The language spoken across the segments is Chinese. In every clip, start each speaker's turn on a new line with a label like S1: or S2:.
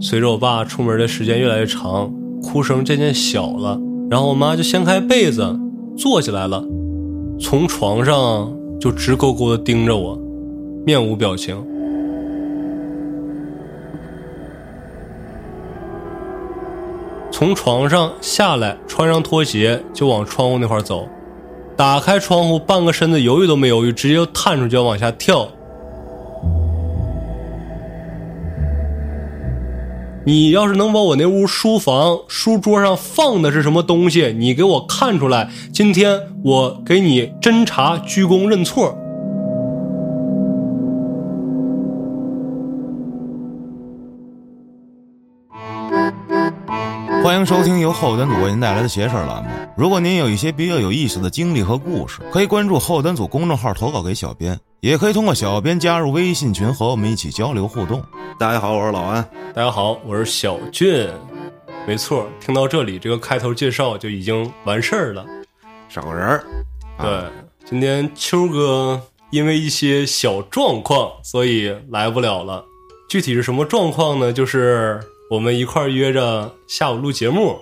S1: 随着我爸出门的时间越来越长，哭声渐渐小了，然后我妈就掀开被子坐起来了，从床上就直勾勾的盯着我，面无表情。从床上下来，穿上拖鞋就往窗户那块走，打开窗户，半个身子犹豫都没犹豫，直接就探出去要往下跳。你要是能把我那屋书房书桌上放的是什么东西，你给我看出来，今天我给你侦查、鞠躬认错。
S2: 欢迎收听由后端组为您带来的邪事儿栏目。如果您有一些比较有意思的经历和故事，可以关注后端组公众号投稿给小编，也可以通过小编加入微信群和我们一起交流互动。
S3: 大家好，我是老安。
S1: 大家好，我是小俊，没错，听到这里，这个开头介绍就已经完事儿了。
S3: 少个人儿，
S1: 对，啊今天秋哥因为一些小状况，所以来不了了。具体是什么状况呢？就是我们一块儿约着下午录节目，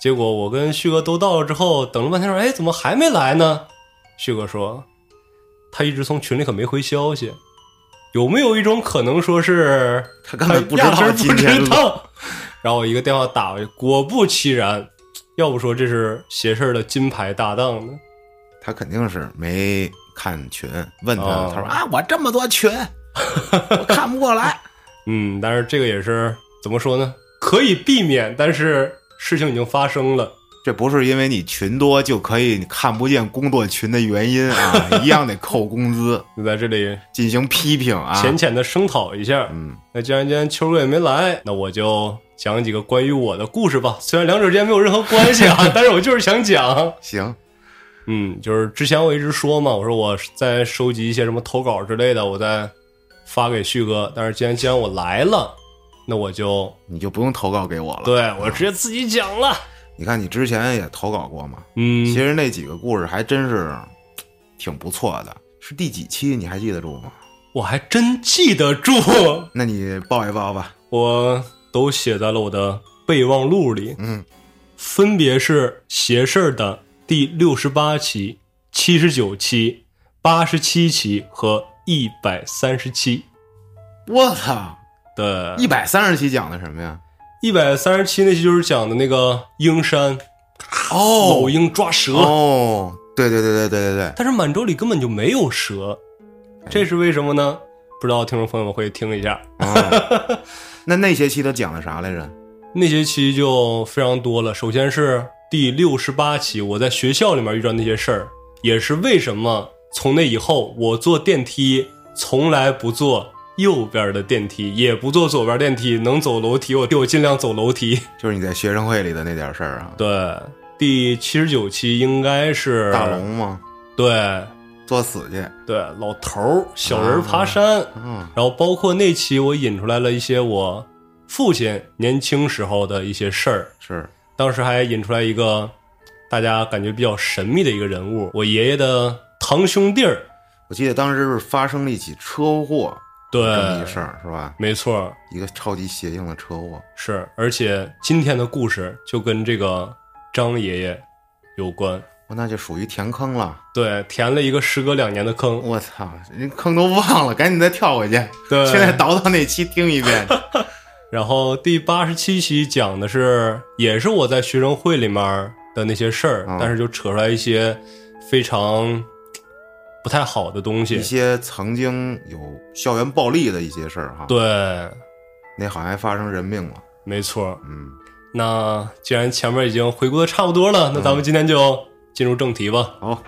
S1: 结果我跟旭哥都到了之后，等了半天说：“哎，怎么还没来呢？”旭哥说：“他一直从群里可没回消息。”有没有一种可能说是
S3: 他根本不知
S1: 压根
S3: 道
S1: 儿
S3: 今
S1: 不
S3: 天
S1: 知
S3: 录
S1: 道？然后我一个电话打过去，果不其然，要不说这是邪事儿的金牌搭档呢。
S3: 他肯定是没看群，问他，
S1: 哦
S3: 他说啊，我这么多群，我看不过来。
S1: 嗯，但是这个也是怎么说呢？可以避免，但是事情已经发生了。
S3: 这不是因为你群多就可以你看不见工作群的原因 啊，一样得扣工资，
S1: 就在这里
S3: 进行批评啊。
S1: 浅浅的声讨一下。
S3: 嗯，
S1: 那既然今天秋哥也没来，那我就讲几个关于我的故事吧。虽然两者之间没有任何关系啊，但是我就是想讲。
S3: 行，
S1: 嗯，就是之前我一直说嘛，我说我在收集一些什么投稿之类的，我在发给旭哥。但是既然既然我来了，那我就
S3: 你就不用投稿给我了。，
S1: 对我直接自己讲了。
S3: 你看你之前也投稿过嘛，
S1: 嗯，
S3: 其实那几个故事还真是挺不错的。是第几期你还记得住吗？
S1: 我还真记得住。
S3: 那你报一报吧。
S1: 我都写在了我的备忘录里，
S3: 嗯，
S1: 分别是邪事儿的第六十八期、七十九期、八十七期和一百三十期。
S3: 我操，
S1: 对，
S3: 一百三十期讲的什么呀？
S1: 一百三十期那期就是讲的那个鹰山
S3: 哦
S1: 老鹰抓蛇，
S3: 哦，对对对对对对对，
S1: 但是满洲里根本就没有蛇，这是为什么呢？不知道听众朋友们会听一下。
S3: 哦 那那些期都讲的啥来着？
S1: 那些期就非常多了。首先是第六十八期，我在学校里面遇到那些事儿，也是为什么从那以后我坐电梯从来不坐右边的电梯，也不坐左边电梯，能走楼梯我我尽量走楼梯。
S3: 就是你在学生会里的那点事儿啊。
S1: 对，第七十九期应该是
S3: 大，龙吗？
S1: 对
S3: 作死去。
S1: 对，老头儿小人爬山。
S3: 嗯，
S1: 然后包括那期，我引出来了一些我父亲年轻时候的一些事儿，
S3: 是
S1: 当时还引出来一个大家感觉比较神秘的一个人物，我爷爷的堂兄弟儿。
S3: 我记得当时是发生了一起车祸，
S1: 对，
S3: 这么一事儿是吧？
S1: 没错，
S3: 一个超级邪性的车祸。
S1: 是。而且今天的故事就跟这个张爷爷有关。
S3: 我哦那就属于填坑了，
S1: 对，填了一个时隔两年的坑。
S3: 我操，人坑都忘了，赶紧再跳回去。
S1: 对
S3: 现在倒到那期听 一遍。
S1: 然后第八十七期讲的是，也是我在学生会里面的那些事儿，
S3: 嗯
S1: 但是就扯出来一些非常不太好的东
S3: 一
S1: 西。
S3: 些曾经有校园暴力的一些事儿哈，，
S1: 对，
S3: 那好像还发生人命了。
S1: 没错。
S3: 嗯，
S1: 那既然前面已经回顾的差不多了，那咱们今天就进入正题吧。
S3: 好，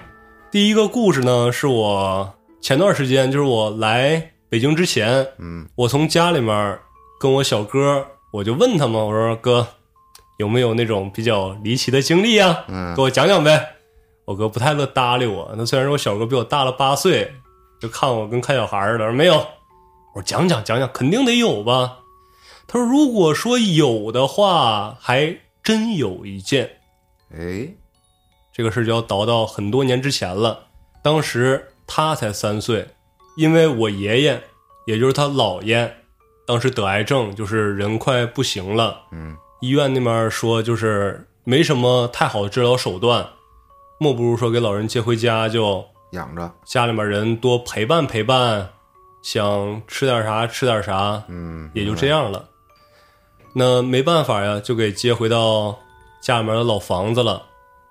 S1: 第一个故事呢，是我前段时间，就是我来北京之前，
S3: 嗯，
S1: 我从家里面跟我小哥，我就问他嘛，我说哥，有没有那种比较离奇的经历啊呀、
S3: 嗯
S1: 给我讲讲呗。我哥不太乐搭理我，那虽然说我小哥比我大了八岁，就看我跟看小孩似的，没有。我说讲讲讲讲，肯定得有吧。他说如果说有的话，还真有一件。
S3: 哎，
S1: 这个事就要倒到很多年之前了。当时他才三岁，因为我爷爷，也就是他姥爷，当时得癌症，就是人快不行了。
S3: 嗯，
S1: 医院那边说就是没什么太好的治疗手段，莫不如说给老人接回家，就
S3: 养着，
S1: 家里面人多陪伴陪伴，想吃点啥吃点啥，
S3: 嗯，
S1: 也就这样了。那没办法呀，就给接回到家里面的老房子了。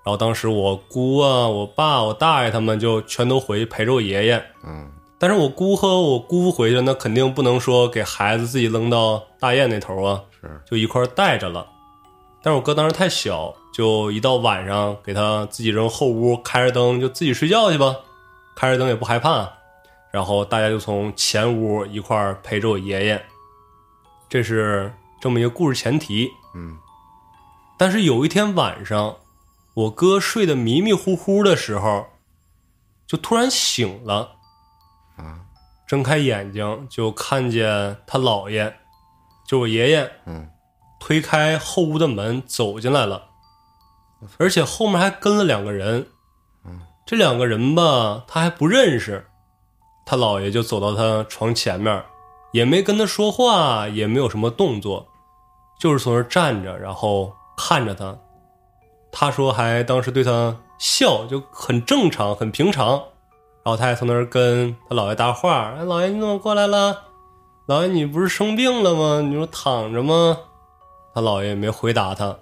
S1: 然后当时我姑啊、我爸、我大爷他们就全都回去陪着我爷爷。
S3: 嗯，
S1: 但是我姑和我姑父回去，那肯定不能说给孩子自己扔到大雁那头啊，
S3: 是
S1: 就一块儿带着了。但是我哥当时太小，就一到晚上给他自己扔后屋，开着灯就自己睡觉去吧，开着灯也不害怕。然后大家就从前屋一块儿陪着我爷爷，这是这么一个故事前提。
S3: 嗯，
S1: 但是有一天晚上，我哥睡得迷迷糊糊的时候，就突然醒了。
S3: 啊，
S1: 睁开眼睛就看见他姥爷，就我爷爷，
S3: 嗯，
S1: 推开后屋的门走进来了，而且后面还跟了两个人，嗯，这两个人吧他还不认识，他姥爷就走到他床前面，也没跟他说话，也没有什么动作，就是从那儿站着，然后看着他。他说还当时对他笑，就很正常，很平常。然后他还从那儿跟他姥爷搭话：“哎，姥爷你怎么过来了？姥爷你不是生病了吗？你说躺着吗？”他姥爷也没回答他。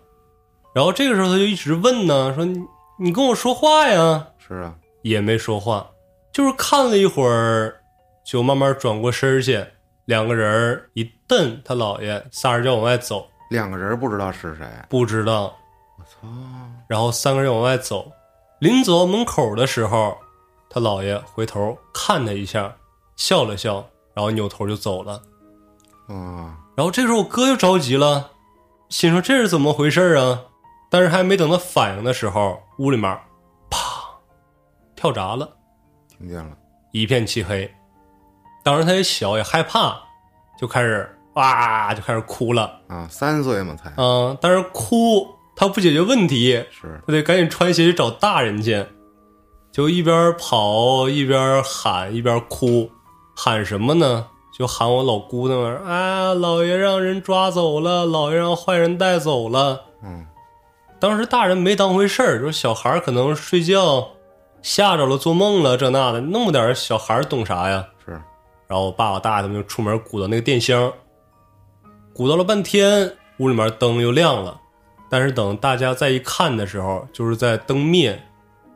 S1: 然后这个时候他就一直问呢，说你：“你跟我说话呀
S3: 是啊，！”
S1: 也没说话，就是看了一会儿，就慢慢转过身儿去。两个人儿一瞪他姥爷，仨人就往外走，
S3: 两个人不知道是谁，
S1: 不知道。
S3: 我操，
S1: 然后三个人往外走，临走到门口的时候，他姥爷回头看他一下，笑了笑，然后扭头就走了。
S3: 啊，
S1: 然后这时候我哥就着急了，心说这是怎么回事啊？但是还没等他反应的时候，屋里面啪跳闸了，
S3: 听见了，
S1: 一片漆黑。当时他也小，也害怕，就开始哇就开始哭了。
S3: 啊，三岁嘛才，
S1: 嗯、但是哭他不解决问题，
S3: 是，
S1: 我得赶紧穿鞋去找大人去。就一边跑一边喊一边哭，喊什么呢？就喊我老姑那玩意儿啊，老爷让人抓走了，老爷让坏人带走了。
S3: 嗯，
S1: 当时大人没当回事儿，就是小孩儿可能睡觉吓着了，做梦了，这那的，那么点儿小孩儿懂啥呀？
S3: 是，
S1: 然后我爸我大爷他们就出门鼓捣那个电箱，鼓捣了半天，屋里面灯又亮了。但是等大家再一看的时候，就是在灯灭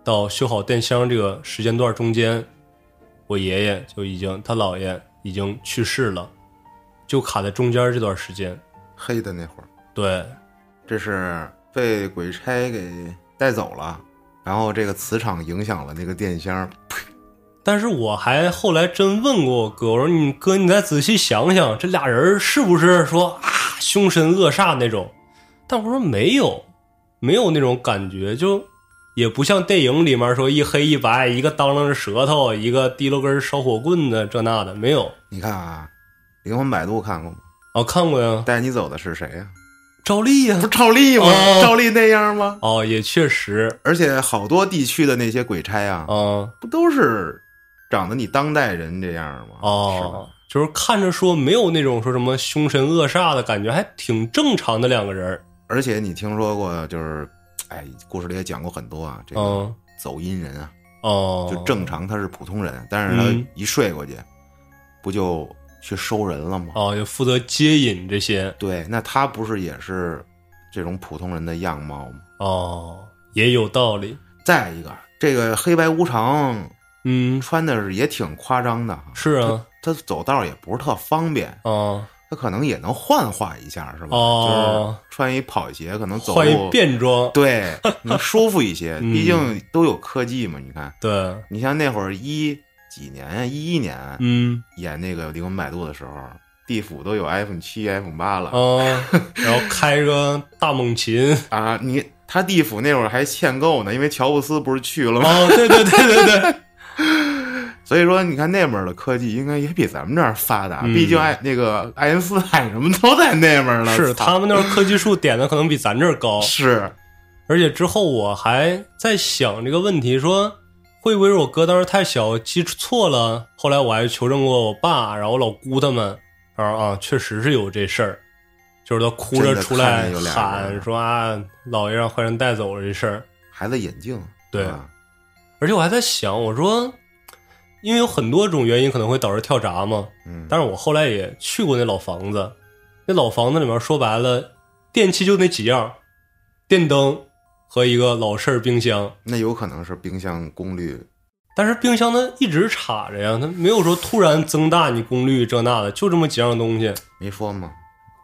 S1: 到修好电箱这个时间段中间，我爷爷就已经他姥爷已经去世了，就卡在中间这段时间。
S3: 黑的那会儿，
S1: 对，
S3: 这是被鬼差给带走了，然后这个磁场影响了那个电箱，
S1: 但是我还后来真问过我哥，我说你哥，你再仔细想想，这俩人是不是说啊凶神恶煞那种？但我说没有，没有那种感觉，就也不像电影里面说一黑一白，一个当啷着舌头，一个提溜根烧火棍的这那的，没有。
S3: 你看啊，《灵魂摆渡》看过吗？
S1: 哦，看过呀，
S3: 带你走的是谁啊呀、
S1: 赵丽呀
S3: 不、是赵丽吗？
S1: 哦
S3: 赵丽那样吗？
S1: 哦，也确实，
S3: 而且好多地区的那些鬼差啊，
S1: 嗯，
S3: 不都是长得你当代人这样吗？
S1: 哦，就是看着说没有那种说什么凶神恶煞的感觉，还挺正常的两个人儿，
S3: 是吧，而且你听说过就是，哎，故事里也讲过很多啊，这个
S1: 嗯，
S3: 走阴人啊，
S1: 哦，
S3: 就正常他是普通人，但是
S1: 嗯
S3: 他一睡过去，不就去收人了吗？
S1: 哦，就负责接引这些
S3: 对，那他不是也是这种普通人的样貌吗？
S1: 哦，也有道理。
S3: 再一个，这个黑白无常
S1: 嗯，
S3: 穿的是也挺夸张的哈，
S1: 是啊，
S3: 他走道也不是特方便，
S1: 哦，
S3: 他可能也能幻化一下，嗯是吧？
S1: 哦
S3: 就是穿一跑鞋，可能走
S1: 换一
S3: 路
S1: 变装，
S3: 对能舒服一些，
S1: 嗯
S3: 毕竟都有科技嘛。你看，
S1: 对，
S3: 你像那会儿一几年呀，一一年、啊
S1: 嗯，
S3: 演那个《灵魂摆渡》的时候，地府都有 iPhone 七、iPhone 八了、
S1: 哦，然后开个大猛禽，
S3: 啊！你他地府那会儿还限购呢，因为乔布斯不是去了吗？
S1: 哦，对对对 对对，
S3: 所以说，你看那边儿的科技应该也比咱们这儿发达，
S1: 嗯
S3: 毕竟爱那个爱因斯坦什么都在那边儿呢。
S1: 是
S3: 操
S1: 他们那儿科技树点的可能比咱这儿高，
S3: 是
S1: 而且之后我还在想这个问题，说会不会是我哥当时太小记错了？后来我还求证过我爸，然后我老姑他们，然后啊，确实是有这事儿，就是他哭着
S3: 真的
S1: 出
S3: 看
S1: 来
S3: 见有俩
S1: 喊
S3: 人
S1: 说啊，老爷让坏人带走了这事儿。
S3: 孩子眼镜，
S1: 对
S3: 啊
S1: 而且我还在想，我说，因为有很多种原因可能会导致跳闸嘛。
S3: 嗯，
S1: 但是我后来也去过那老房子，那老房子里面说白了，电器就那几样，电灯和一个老式儿冰箱。
S3: 那有可能是冰箱功率，
S1: 但是冰箱它一直插着呀，它没有说突然增大你功率这那的，就这么几样东西。
S3: 没说吗？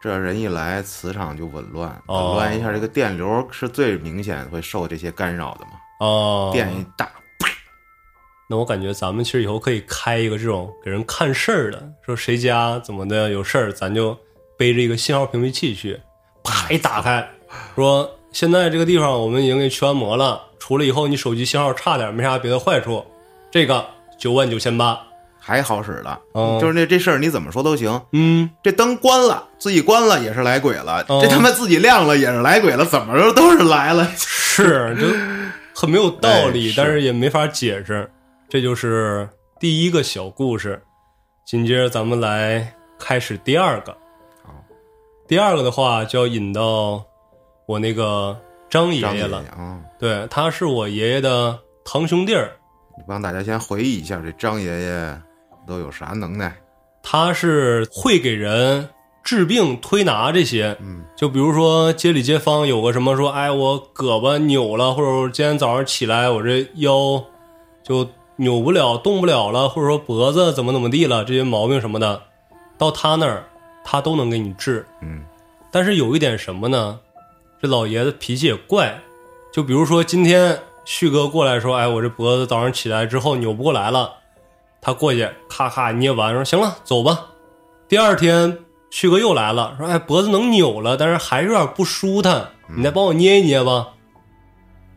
S3: 这人一来，磁场就紊乱，
S1: 哦
S3: 紊乱一下，这个电流是最明显会受这些干扰的嘛。
S1: 哦，
S3: 电一大，
S1: 那我感觉咱们其实以后可以开一个这种给人看事儿的，说谁家怎么的有事儿，咱就背着一个信号屏蔽器去，啪一打开，说现在这个地方我们已经给全模了，除了以后你手机信号差点，没啥别的坏处，这个九万九千八，
S3: 还好使了，
S1: 哦
S3: 就是那这事儿你怎么说都行。
S1: 嗯，
S3: 这灯关了，自己关了也是来鬼了，
S1: 哦
S3: 这他妈自己亮了也是来鬼了，怎么着都是来了。
S1: 是就很没有道理，
S3: 哎是
S1: 但是也没法解释，这就是第一个小故事。紧接着咱们来开始第二个。
S3: 好
S1: 第二个的话就要引到我那个张爷
S3: 张
S1: 爷
S3: 姐
S1: 了，
S3: 啊，
S1: 对，他是我爷爷的堂兄弟儿，
S3: 你帮大家先回忆一下这张爷爷都有啥能耐？
S1: 他是会给人治病、推拿这些。
S3: 嗯，
S1: 就比如说街里街坊有个什么说，哎，我胳膊扭了，或者我今天早上起来我这腰就扭不了、动不了了，或者说脖子怎么怎么地了，这些毛病什么的，到他那儿他都能给你治。
S3: 嗯，
S1: 但是有一点什么呢？这老爷子脾气也怪，就比如说今天旭哥过来说，哎，我这脖子早上起来之后扭不过来了，他过去咔咔捏完，说行了，走吧。第二天旭哥又来了，说哎，脖子能扭了，但是还是有点不舒坦，你再帮我捏一捏吧。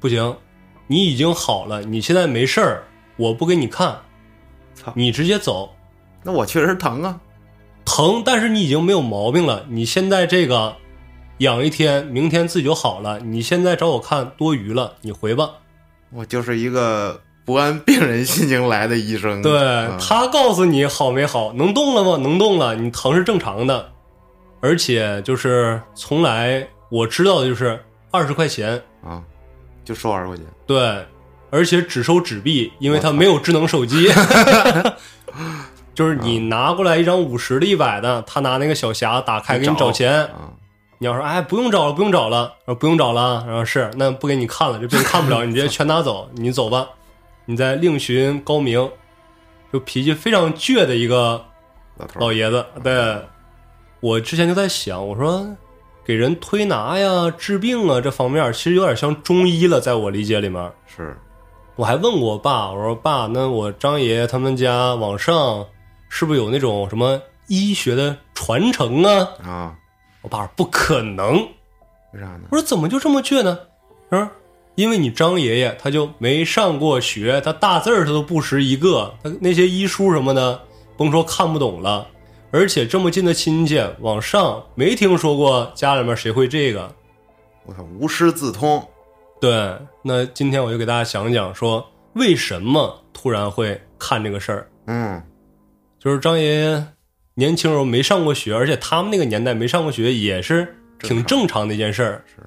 S1: 不行，你已经好了，你现在没事儿，我不给你看，
S3: 操
S1: 你直接走。
S3: 那我确实疼啊，
S1: 疼，但是你已经没有毛病了。你现在这个养一天，明天自己就好了。你现在找我看多余了，你回吧。
S3: 我就是一个不按病人心情来的医生。
S1: 对、
S3: 嗯
S1: 他告诉你好没好，能动了吗？能动了，你疼是正常的。而且就是从来我知道的就是二十块钱，
S3: 啊，就收二十块钱。
S1: 对，而且只收纸币，因为他没有智能手 机。就是你拿过来一张五十的、一百的，他拿那个小匣子打开给你找钱，
S3: 啊，
S1: 你要说哎不用找了不用找了，然后不用找了，啊然后是那不给你看了，这病看不了，你直接全拿走，你走吧，你再另寻高明。就脾气非常倔的一个
S3: 老头儿
S1: 老爷子，对我之前就在想，我说给人推拿呀、治病啊这方面，其实有点像中医了，在我理解里面。
S3: 是
S1: 我还问过我爸，我说爸，那我张爷爷他们家往上是不是有那种什么医学的传承啊？
S3: 啊，
S1: 我爸说不可能，
S3: 为啥呢？
S1: 我说怎么就这么倔呢？他说因为你张爷爷他就没上过学，他大字儿他都不识一个，他那些医书什么的，甭说看不懂了。而且这么近的亲戚往上，没听说过家里面谁会这个。
S3: 我操，无师自通，
S1: 对，那今天我就给大家讲讲说为什么突然会看这个事儿。
S3: 嗯，
S1: 就是张爷爷年轻时候没上过学，而且他们那个年代没上过学也是挺正常的一件事儿。
S3: 是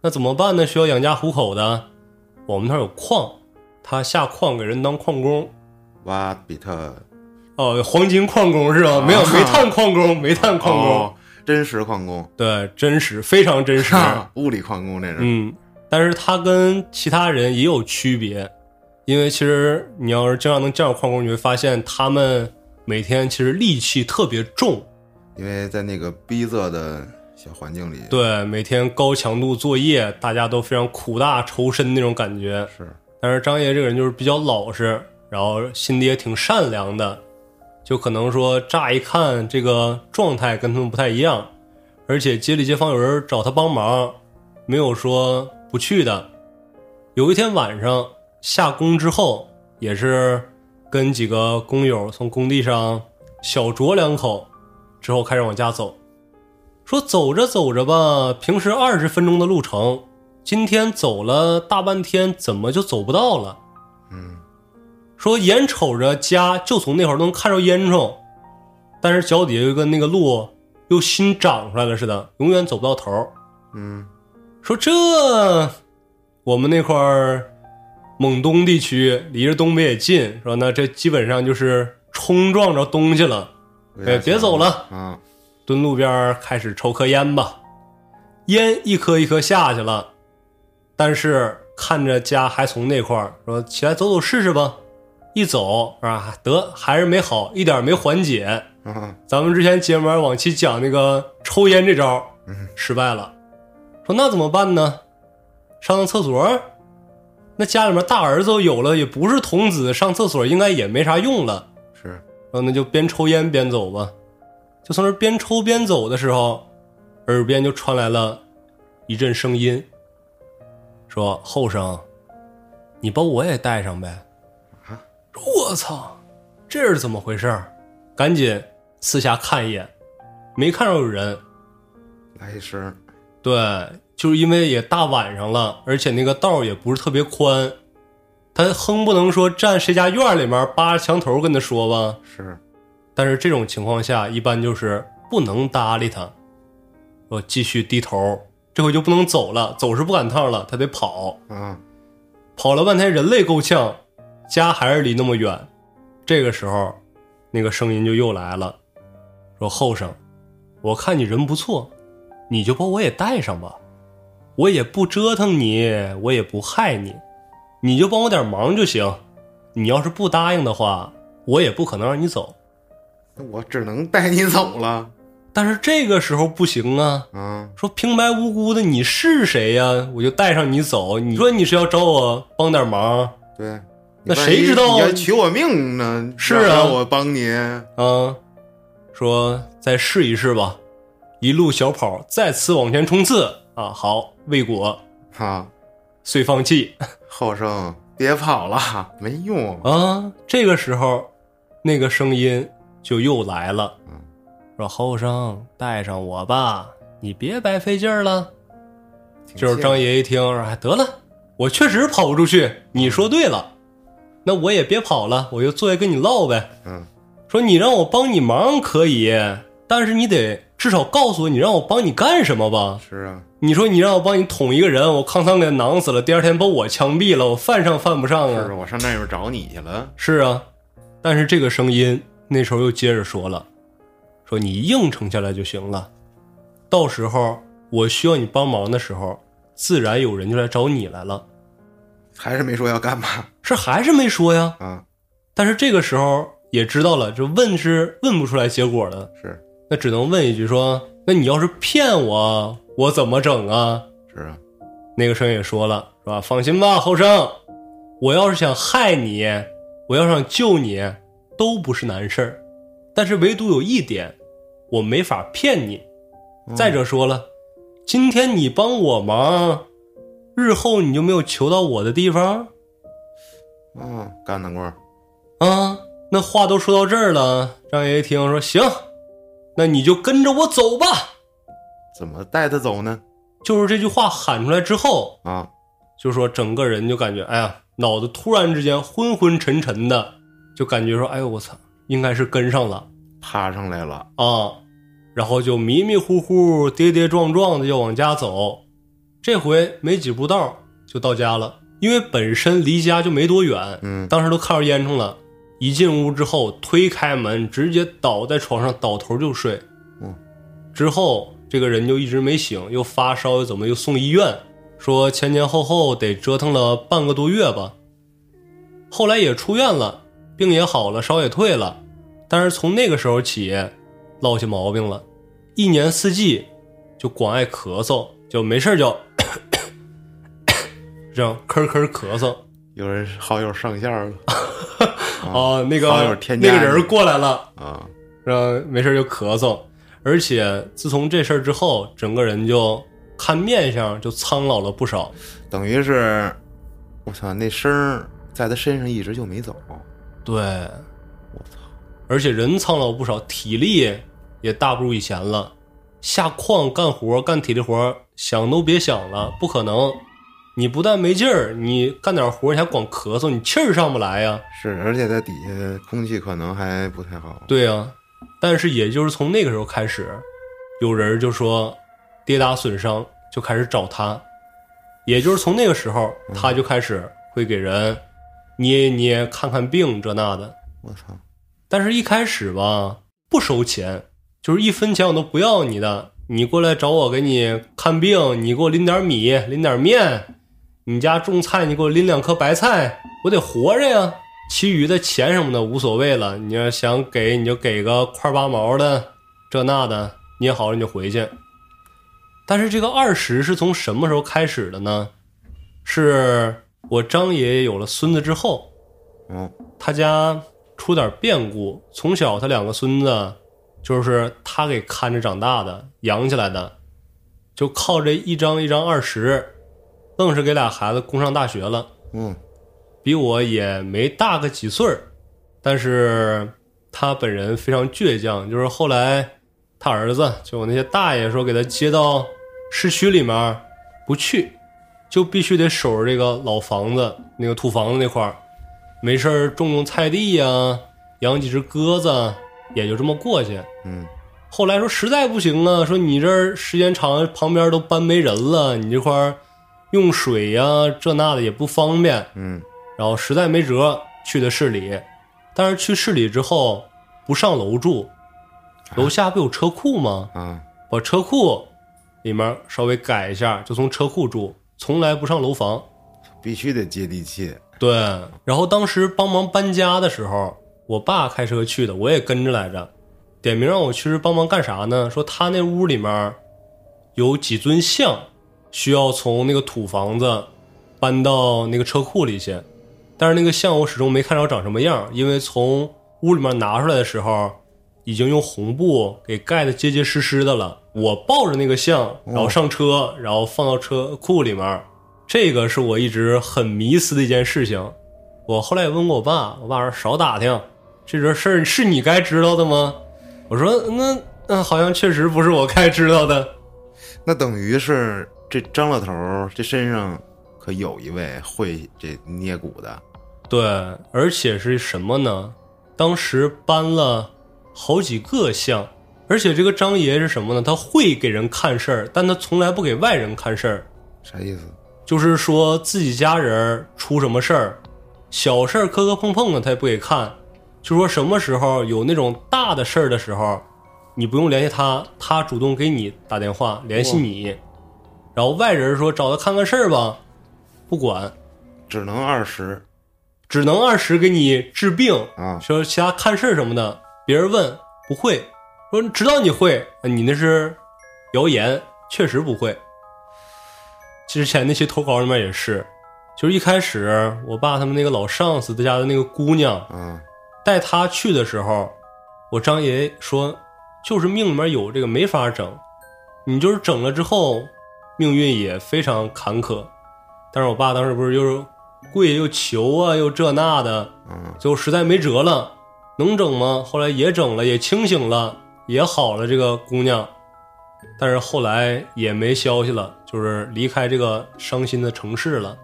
S1: 那怎么办呢？需要养家糊口的，我们那儿有矿，他下矿给人当矿工。
S3: 挖比特
S1: 哦，黄金矿工是吧？没有煤炭矿工，煤炭矿工，
S3: 哦真实矿工，
S1: 对，真实，非常真实。
S3: 物理矿工这是，
S1: 嗯，但是他跟其他人也有区别，因为其实你要是经常能见到矿工，你会发现他们每天其实戾气特别重，
S3: 因为在那个逼仄的小环境里，
S1: 对，每天高强度作业，大家都非常苦大仇深那种感觉。
S3: 是
S1: 但是张爷这个人就是比较老实，然后心地也挺善良的，就可能说乍一看这个状态跟他们不太一样，而且街里街坊有人找他帮忙，没有说不去的。有一天晚上下工之后，也是跟几个工友从工地上小酌两口，之后开始往家走。说走着走着吧，平时二十分钟的路程，今天走了大半天，怎么就走不到了？嗯，说眼瞅着家就从那会儿都能看着烟囱，但是脚底下又跟那个路又新长出来了似的，永远走不到头儿。
S3: 嗯
S1: 说这我们那块儿蒙东地区离着东北也近，说那这基本上就是冲撞着东去了。哎，别走了，
S3: 啊！
S1: 蹲路边儿开始抽颗烟吧，烟一颗一颗下去了，但是看着家还从那块儿说起来走走试试吧，一走啊得还是没好，一点儿没缓解。
S3: 啊，
S1: 咱们之前节目往期讲那个抽烟这招，失败了，说那怎么办呢？上个厕所？那家里面大儿子有了，也不是童子，上厕所应该也没啥用了。
S3: 是
S1: 然后那就边抽烟边走吧。就从这边抽边走的时候，耳边就传来了一阵声音，说：“后生，你把我也带上呗。”
S3: 啊！
S1: 我操，这是怎么回事儿？赶紧四下看一眼，没看着有人。
S3: 来一声，
S1: 对，就是因为也大晚上了，而且那个道儿也不是特别宽，他哼不能说站谁家院儿里面扒着墙头跟他说吧，
S3: 是
S1: 但是这种情况下，一般就是不能搭理他，我继续低头。这回就不能走了，走是不赶趟了，他得跑。
S3: 啊，
S1: 跑了半天，人累够呛，家还是离那么远。这个时候，那个声音就又来了，说：“后生，我看你人不错，你就把我也带上吧，我也不折腾你，我也不害你，你就帮我点忙就行。你要是不答应的话，我也不可能让你走。”
S3: 那我只能带你走了
S1: 但是这个时候不行啊，
S3: 啊！
S1: 说平白无故的你是谁呀、我就带上你走，你说你是要找我帮点忙
S3: 对，
S1: 那
S3: 你万
S1: 谁
S3: 一
S1: 知道
S3: 你要取我命呢？
S1: 是
S3: 让
S1: 啊
S3: 让我帮你，
S1: 啊？说再试一试吧，一路小跑，再次往前冲刺啊！好，未果，
S3: 哈，
S1: 遂放弃
S3: 后生别跑了，没用
S1: 啊！这个时候，那个声音就又来了
S3: 嗯，
S1: 说后生带上我吧，你别白费劲儿了。
S3: 挺
S1: 就是
S3: 贱
S1: 张爷一听说，哎，得了，我确实跑不出去，你说对了，那我也别跑了，我就坐下跟你唠呗。
S3: 嗯，
S1: 说你让我帮你忙可以，但是你得至少告诉我你让我帮你干什么吧。
S3: 是啊，
S1: 你说你让我帮你捅一个人，我康桑给他囊死了，第二天把我枪毙了，我犯上犯不上啊
S3: 是？我上那边找你去了，
S1: 是啊，但是这个声音那时候又接着说了，说你应承下来就行了，到时候我需要你帮忙的时候，自然有人就来找你来了。
S3: 还是没说要干嘛
S1: 是还是没说呀？
S3: 啊？
S1: 但是这个时候也知道了，这问是问不出来结果的，
S3: 是
S1: 那只能问一句说：那你要是骗我，我怎么整啊？
S3: 是啊，
S1: 那个声音也说了，是吧？放心吧，后生，我要是想害你，我要想救你，都不是难事儿。但是唯独有一点，我没法骗你。
S3: 嗯
S1: 再者说了，今天你帮我忙，日后你就没有求到我的地方
S3: 嗯，干得过，
S1: 啊。那话都说到这儿了，张爷一听说行，那你就跟着我走吧。
S3: 怎么带他走呢？
S1: 就是这句话喊出来之后，
S3: 啊，
S1: 就说整个人就感觉，哎呀，脑子突然之间昏昏沉沉的，就感觉说，哎呦我操，应该是跟上了
S3: 爬上来了，
S1: 啊，然后就迷迷糊糊、跌跌撞撞的要往家走。这回没几步道就到家了，因为本身离家就没多远，
S3: 嗯
S1: 当时都看着烟囱了。一进屋之后，推开门，直接倒在床上，倒头就睡。
S3: 嗯，
S1: 之后这个人就一直没醒，又发烧，又怎么又送医院，说前前后后得折腾了半个多月吧。后来也出院了，病也好了，烧也退了，但是从那个时候起，落下毛病了，一年四季就光爱咳嗽，就没事儿就 这样咳咳咳嗽。
S3: 有人好友上线了
S1: 哦，那个
S3: 好啊友添加
S1: 那个
S3: 你
S1: 人过来了，
S3: 啊，
S1: 然后没事就咳嗽，而且自从这事儿之后，整个人就看面相就苍老了不少。
S3: 等于是，我操，那声儿在他身上一直就没走，
S1: 对，
S3: 我操，
S1: 而且人苍老不少，体力也大不如以前了。下矿干活干体力活，想都别想了，不可能。你不但没劲儿，你干点活你还光咳嗽，你气儿上不来呀。
S3: 是，而且在底下空气可能还不太好，
S1: 对呀、啊但是也就是从那个时候开始，有人就说跌打损伤就开始找他，也就是从那个时候，他就开始会给人捏一捏、看看病这那的。
S3: 我操，
S1: 但是一开始吧，不收钱，就是一分钱我都不要你的。你过来找我给你看病，你给我拎点米，拎点面，你家种菜你给我拎两颗白菜，我得活着呀。其余的钱什么的无所谓了，你要想给你就给个块八毛的，这那的捏好了你就回去。但是这个二十是从什么时候开始的呢？是我张爷爷有了孙子之后，
S3: 哦，
S1: 他家出点变故，从小他两个孙子就是他给看着长大的，养起来的，就靠这一张一张二十，愣是给俩孩子供上大学了。
S3: 嗯，
S1: 比我也没大个几岁儿，但是他本人非常倔强，就是后来他儿子就我那些大爷说给他接到市区里面儿不去，就必须得守着这个老房子那个土房子那块儿，没事儿种种菜地呀、养几只鸽子啊，也就这么过去。
S3: 嗯，
S1: 后来说实在不行啊，说你这儿时间长了，旁边都搬没人了，你这块儿用水呀、这那的也不方便，
S3: 嗯，
S1: 然后实在没辙去的市里，但是去市里之后不上楼住，楼下不有车库吗？
S3: 啊，
S1: 把车库里面稍微改一下，就从车库住，从来不上楼房。
S3: 必须得接地气。
S1: 对，然后当时帮忙搬家的时候，我爸开车去的，我也跟着来着。点名让我去帮忙干啥呢？说他那屋里面有几尊像，需要从那个土房子搬到那个车库里去。但是那个像我始终没看着长什么样，因为从屋里面拿出来的时候，已经用红布给盖的结结实实的了。我抱着那个像，然后上车，然后放到车库里面。这个是我一直很迷思的一件事情。我后来也问过我爸，我爸说少打听，这件事儿是你该知道的吗？我说那那好像确实不是我该知道的。
S3: 那等于是这张老头儿这身上可有一位会这捏骨的，
S1: 对，而且是什么呢？当时搬了好几个像，而且这个张爷是什么呢？他会给人看事儿，但他从来不给外人看事儿。
S3: 啥意思？
S1: 就是说自己家人儿出什么事儿，小事儿磕磕碰碰的他也不给看，就说什么时候有那种大的事儿的时候，你不用联系他，他主动给你打电话联系你，然后外人说找他看看事儿吧，不管，
S3: 只能二十
S1: 只能按时给你治病，
S3: 啊，
S1: 说其他看事儿什么的，别人问不会，说知道你会，你那是谣言，确实不会。之前那些投稿里面也是，就是一开始我爸他们那个老上司他家的那个姑娘
S3: 啊，
S1: 带他去的时候，我张爷说就是命里面有这个没法整，你就是整了之后，命运也非常坎坷。但是我爸当时不是就是跪又求啊，又这那的，
S3: 嗯，
S1: 最后实在没辙了，能整吗？后来也整了，也清醒了，也好了，这个姑娘，但是后来也没消息了，就是离开这个伤心的城市了。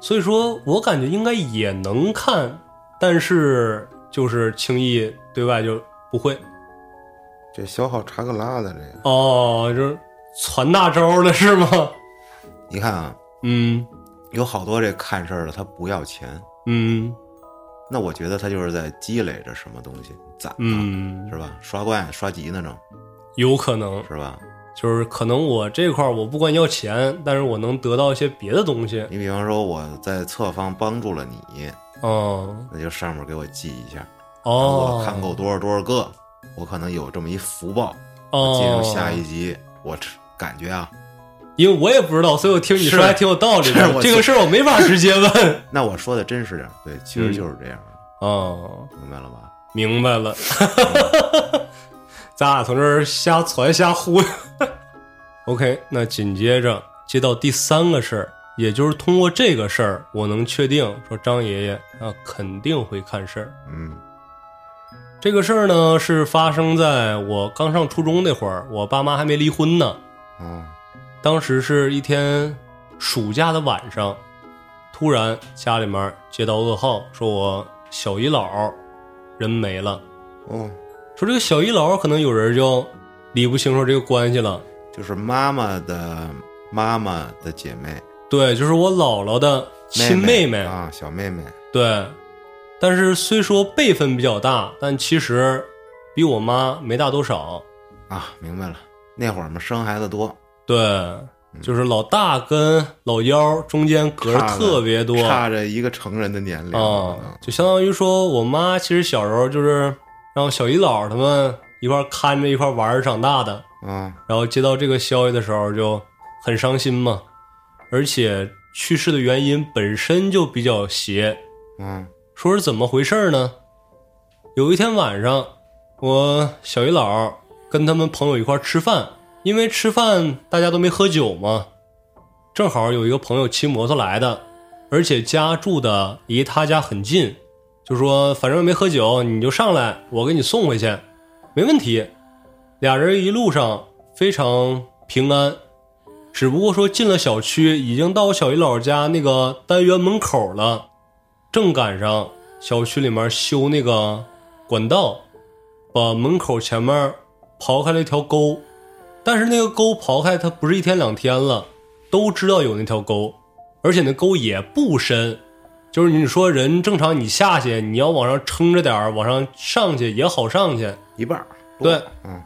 S1: 所以说我感觉应该也能看，但是就是轻易对外就不会
S3: 这消耗查克拉的这个，
S1: 哦，就是传大招了是吗？
S3: 你看啊，
S1: 嗯
S3: 有好多这看事儿的他不要钱，
S1: 嗯
S3: 那我觉得他就是在积累着什么东西，攒着，
S1: 嗯，
S3: 是吧？刷怪刷级那种，
S1: 有可能
S3: 是吧？
S1: 就是可能我这块儿我不管要钱，但是我能得到一些别的东西。
S3: 你比方说我在侧方帮助了你，
S1: 哦
S3: 那就上面给我记一下，
S1: 哦，
S3: 我看够多少多少个，我可能有这么一福报，
S1: 哦，
S3: 进入下一集，我吃感觉啊，
S1: 因为我也不知道，所以我听你
S3: 是
S1: 说还挺有道理
S3: 是
S1: 的。
S3: 我
S1: 这个事儿我没法直接问。
S3: 那我说的真实点儿，对，其
S1: 嗯
S3: 实就是这样，
S1: 哦，
S3: 明白了吧？
S1: 明白了， 咱俩从这儿瞎传瞎忽悠。OK，那紧接着接到第三个事儿，也就是通过这个事儿，我能确定说张爷爷啊肯定会看事儿。
S3: 嗯
S1: 这个事儿呢是发生在我刚上初中那会儿，我爸妈还没离婚呢。
S3: 啊
S1: 当时是一天暑假的晚上，突然家里面接到噩耗，说我小姨姥儿人没了。
S3: 哦
S1: 说这个小姨姥可能有人就理不清楚这个关系了。
S3: 就是妈妈的妈妈的姐妹，
S1: 对，就是我姥姥的亲妹
S3: 妹啊，小妹妹，
S1: 对，但是虽说辈分比较大，但其实比我妈没大多少。
S3: 啊，明白了。那会儿嘛，生孩子多，
S1: 对，
S3: 嗯
S1: 就是老大跟老幺中间隔着
S3: 差的
S1: 特别多
S3: 差着一个成人的年龄
S1: 啊、
S3: 嗯
S1: 就相当于说我妈其实小时候就是让小姨姥他们一块儿看着一块儿玩儿长大的，
S3: 啊，
S1: 然后接到这个消息的时候就很伤心嘛，而且去世的原因本身就比较邪，
S3: 嗯
S1: 说是怎么回事呢？有一天晚上，我小姨姥跟他们朋友一块儿吃饭，因为吃饭大家都没喝酒嘛，正好有一个朋友骑摩托来的，而且家住的离他家很近，就说反正没喝酒，你就上来，我给你送回去，没问题。俩人一路上非常平安，只不过说进了小区，已经到我小姨姥家那个单元门口了。正赶上小区里面修那个管道，把门口前面刨开了一条沟，但是那个沟刨开它不是一天两天了，都知道有那条沟，而且那沟也不深，就是你说人正常你下去，你要往上撑着点儿，往上上去也好上去，
S3: 一半儿多
S1: 对，
S3: 嗯，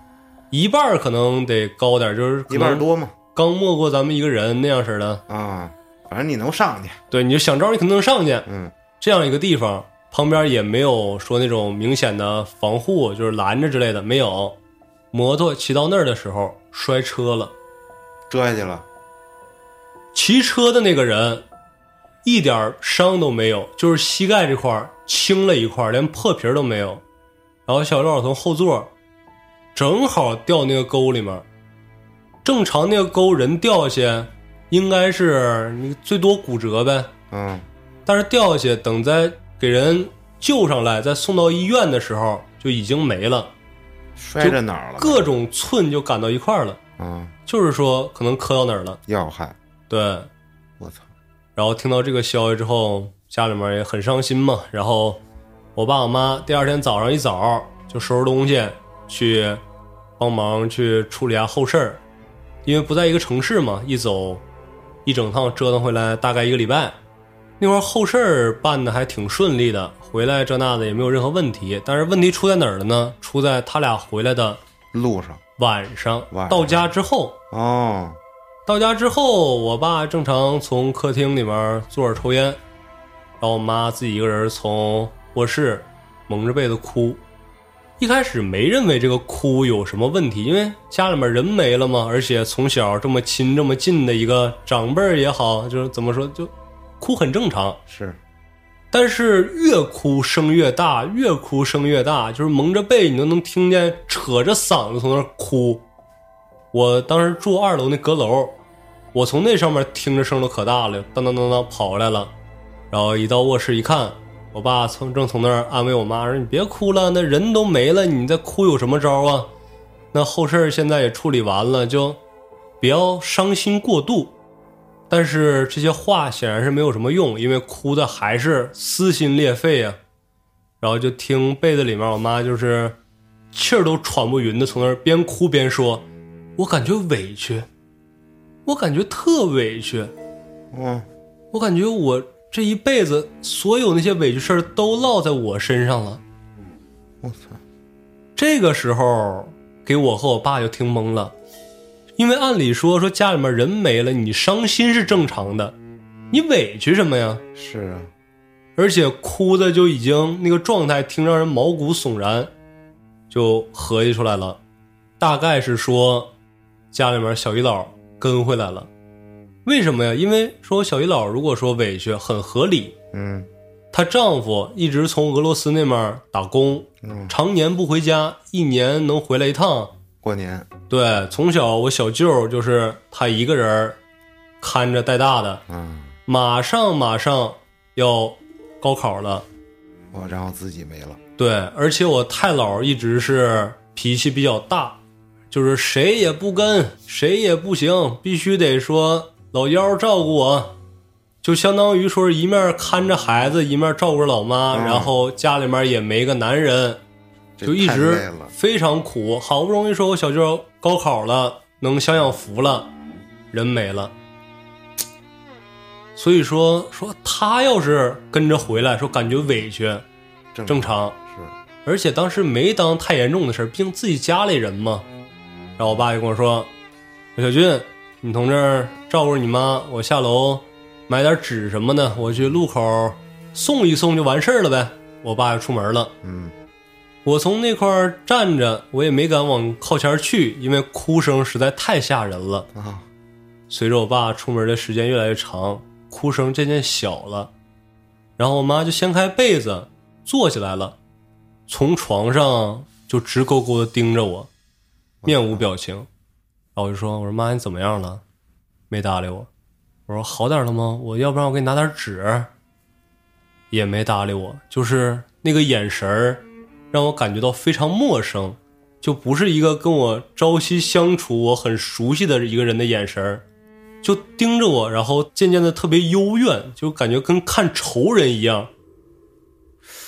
S1: 一半儿可能得高点儿，就是可
S3: 一半儿
S1: 能
S3: 多嘛，
S1: 刚没过咱们一个人那样似的，
S3: 啊，反正你能上去，
S1: 对，你就想招你肯定能上去，
S3: 嗯，
S1: 这样一个地方，旁边也没有说那种明显的防护，就是拦着之类的，没有。摩托骑到那儿的时候摔车了，
S3: 折下去了，
S1: 骑车的那个人一点儿伤都没有，就是膝盖这块儿青了一块儿，连破皮儿都没有。然后小廖从后座正好掉那个沟里面，正常那个沟人掉下去应该是你最多骨折呗，
S3: 嗯，
S1: 但是掉下去，等再给人救上来，再送到医院的时候就已经没了，
S3: 摔着哪儿了？
S1: 各种寸就赶到一块儿了，
S3: 嗯，
S1: 就是说可能磕到哪儿了。
S3: 要害，
S1: 对，
S3: 我操，
S1: 然后听到这个消息之后，家里面也很伤心嘛。然后我爸我妈第二天早上一早就收拾东西去帮忙去处理下后事儿，因为不在一个城市嘛，一走一整趟折腾回来大概一个礼拜。那会儿后事儿办的还挺顺利的，回来这那的也没有任何问题。但是问题出在哪儿了呢？出在他俩回来的
S3: 路上
S1: 晚上，
S3: 晚上
S1: 到家之后，
S3: 哦，
S1: 到家之后，我爸正常从客厅里面坐着抽烟，然后我妈自己一个人从卧室蒙着被子哭。一开始没认为这个哭有什么问题，因为家里面人没了嘛，而且从小这么亲这么近的一个长辈儿也好，就是怎么说就哭很正常。
S3: 是
S1: 但是越哭声越大，越哭声越大，就是蒙着被你都能听见扯着嗓子从那儿哭。我当时住二楼那阁楼，我从那上面听着声都可大了，当当当当跑过来了，然后一到卧室一看，我爸从正从那儿安慰我妈说：“你别哭了，那人都没了，你再哭有什么招啊？那后事儿现在也处理完了，就不要伤心过度。”但是这些话显然是没有什么用，因为哭的还是撕心裂肺啊。然后就听被子里面，我妈就是气儿都喘不匀的，从那儿边哭边说：“我感觉委屈，我感觉特委屈，
S3: 嗯，
S1: 我感觉我这一辈子所有那些委屈事儿都落在我身上了。
S3: 我操，”
S1: 这个时候，给我和我爸就听懵了，因为按理说说家里面人没了，你伤心是正常的，你委屈什么呀？
S3: 是啊，
S1: 而且哭的就已经那个状态，听让人毛骨悚然，就合计出来了，大概是说家里面小姨姥跟回来了，为什么呀？因为说小姨姥如果说委屈很合理，
S3: 嗯，
S1: 她丈夫一直从俄罗斯那面打工，常年不回家，一年能回来一趟。
S3: 过年，
S1: 对，从小我小舅就是他一个人看着带大的，
S3: 嗯，
S1: 马上马上要高考了。
S3: 我然后自己没了，
S1: 对，而且我太姥一直是脾气比较大，就是谁也不跟，谁也不行，必须得说老幺照顾我，就相当于说是一面看着孩子，一面照顾着老妈，
S3: 嗯
S1: 然后家里面也没个男人，
S3: 这
S1: 就一
S3: 太累
S1: 直
S3: 了，
S1: 非常苦，好不容易说我小舅高考了，能享享福了，人没了。所以说说他要是跟着回来，说感觉委屈
S3: 正
S1: 正常，
S3: 是
S1: 而且当时没当太严重的事儿，毕竟自己家里人嘛。然后我爸就跟我说：“小俊，你从这儿照顾着你妈，我下楼买点纸什么的，我去路口送一送就完事儿了呗。”我爸就出门了。
S3: 嗯，
S1: 我从那块儿站着，我也没敢往靠前儿去，因为哭声实在太吓人了。
S3: 啊，
S1: 随着我爸出门的时间越来越长，哭声渐渐小了，然后我妈就掀开被子坐起来了，从床上就直勾勾的盯着我，面无表情。然后我就说：“我说妈，你怎么样了？”没搭理我。我说：“好点了吗？我要不然我给你拿点纸。”也没搭理我，就是那个眼神儿，让我感觉到非常陌生，就不是一个跟我朝夕相处、我很熟悉的一个人的眼神儿，就盯着我，然后渐渐的特别幽怨，就感觉跟看仇人一样，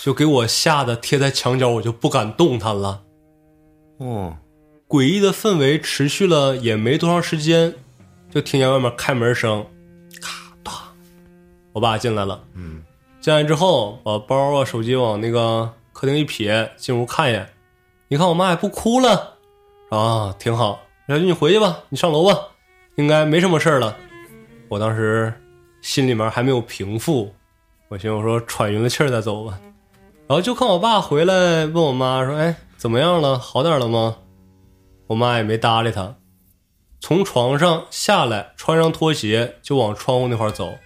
S1: 就给我吓得贴在墙角，我就不敢动弹了。
S3: 哦，
S1: 诡异的氛围持续了也没多长时间，就听见外面开门声，咔哒，我爸进来了。嗯，进来之后把包啊、手机往那个客厅一撇，进屋看一眼，你看我妈也不哭了，啊，挺好。小军，你回去吧，你上楼吧，应该没什么事儿了。我当时心里面还没有平复，我寻思我说喘匀了气儿再走吧。然后就看我爸回来问我妈说：“哎，怎么样了？好点儿了吗？”我妈也没搭理他，从床上下来，穿上拖鞋就往窗户那块儿走，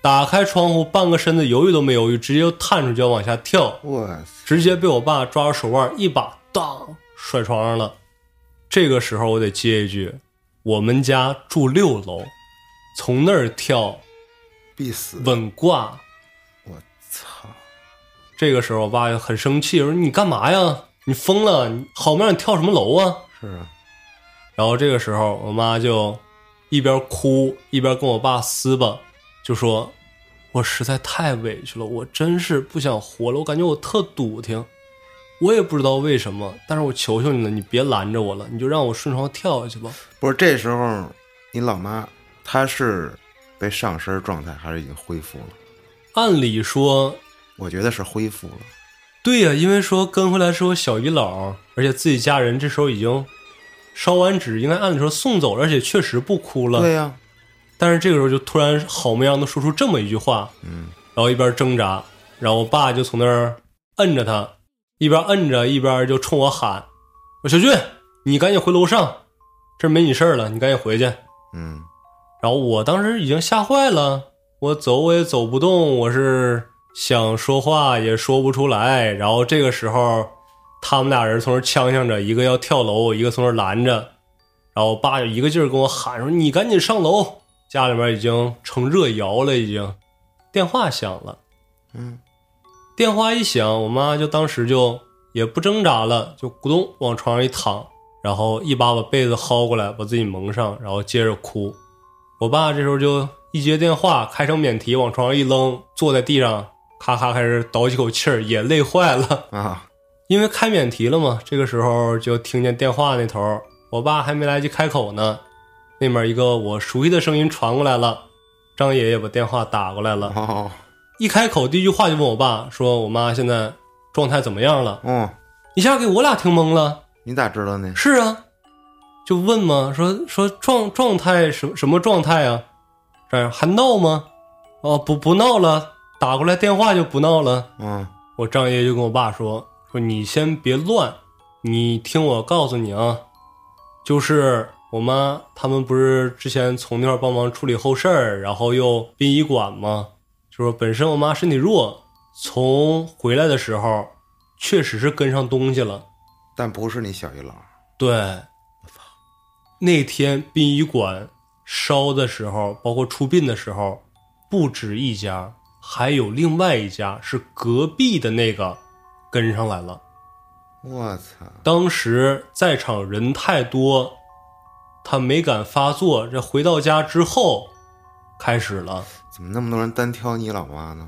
S1: 打开窗户，半个身子犹豫都没犹豫，直接就探出去要往下跳，
S3: 我
S1: 直接被我爸抓着手腕，一把当甩床上了。这个时候我得接一句：我们家住六楼，从那儿跳
S3: 必死，
S1: 稳挂。
S3: 我操，
S1: 这个时候我爸就很生气，说：“你干嘛呀？你疯了？你好面你跳什么楼啊？”
S3: 是啊，
S1: 然后这个时候，我妈就一边哭一边跟我爸撕吧，就说：“我实在太委屈了，我真是不想活了，我感觉我特堵挺，我也不知道为什么，但是我求求你了，你别拦着我了，你就让我顺床跳下去吧。
S3: 不是这时候你老妈她是被上身状态还是已经恢复了？”
S1: 按理说，
S3: 我觉得是恢复了，
S1: 对呀、因为说跟回来是我小姨姥，而且自己家人这时候已经烧完纸，应该按理说送走了，而且确实不哭了。
S3: 对呀、
S1: 但是这个时候就突然好模样的说出这么一句话，
S3: 嗯，
S1: 然后一边挣扎，然后我爸就从那儿摁着他，一边摁着一边就冲我喊：“我小俊，你赶紧回楼上，这儿没你事儿了，你赶紧回去。”
S3: 嗯，
S1: 然后我当时已经吓坏了，我走我也走不动，我是想说话也说不出来。然后这个时候，他们俩人从这儿呛呛着，一个要跳楼，一个从这儿拦着。然后我爸就一个劲儿跟我喊说：“你赶紧上楼！”家里面已经成热窑了，已经。电话响了，
S3: 嗯，
S1: 电话一响，我妈就当时就也不挣扎了，就咕咚往床上一躺，然后一把把被子薅过来，把自己蒙上，然后接着哭。我爸这时候就一接电话，开成免提，往床上一扔，坐在地上，咔咔开始倒几口气儿，也累坏了，
S3: 啊，
S1: 因为开免提了嘛。这个时候就听见电话那头儿，我爸还没来得及开口呢，那边一个我熟悉的声音传过来了，张爷爷把电话打过来了，
S3: 哦，
S1: 一开口第一句话就问我爸说：“我妈现在状态怎么样了
S3: 哦，？”
S1: 一下给我俩听懵了。
S3: 你咋知道呢？
S1: 是啊，就问嘛，说说状状态什什么状态啊？这样还闹吗？哦，不不闹了，打过来电话就不闹了。
S3: 嗯，
S1: 我张爷就跟我爸说说你先别乱，你听我告诉你啊，就是我妈他们不是之前从那块儿帮忙处理后事儿，然后又殡仪馆嘛，就说本身我妈身体弱，从回来的时候确实是跟上东西了。
S3: 但不是你小姨姥，
S1: 对，那天殡仪馆烧的时候，包括出殡的时候，不止一家，还有另外一家是隔壁的那个跟上来了。
S3: 我操，
S1: 当时在场人太多，他没敢发作。这回到家之后，开始了，
S3: 怎么那么多人单挑你老妈呢？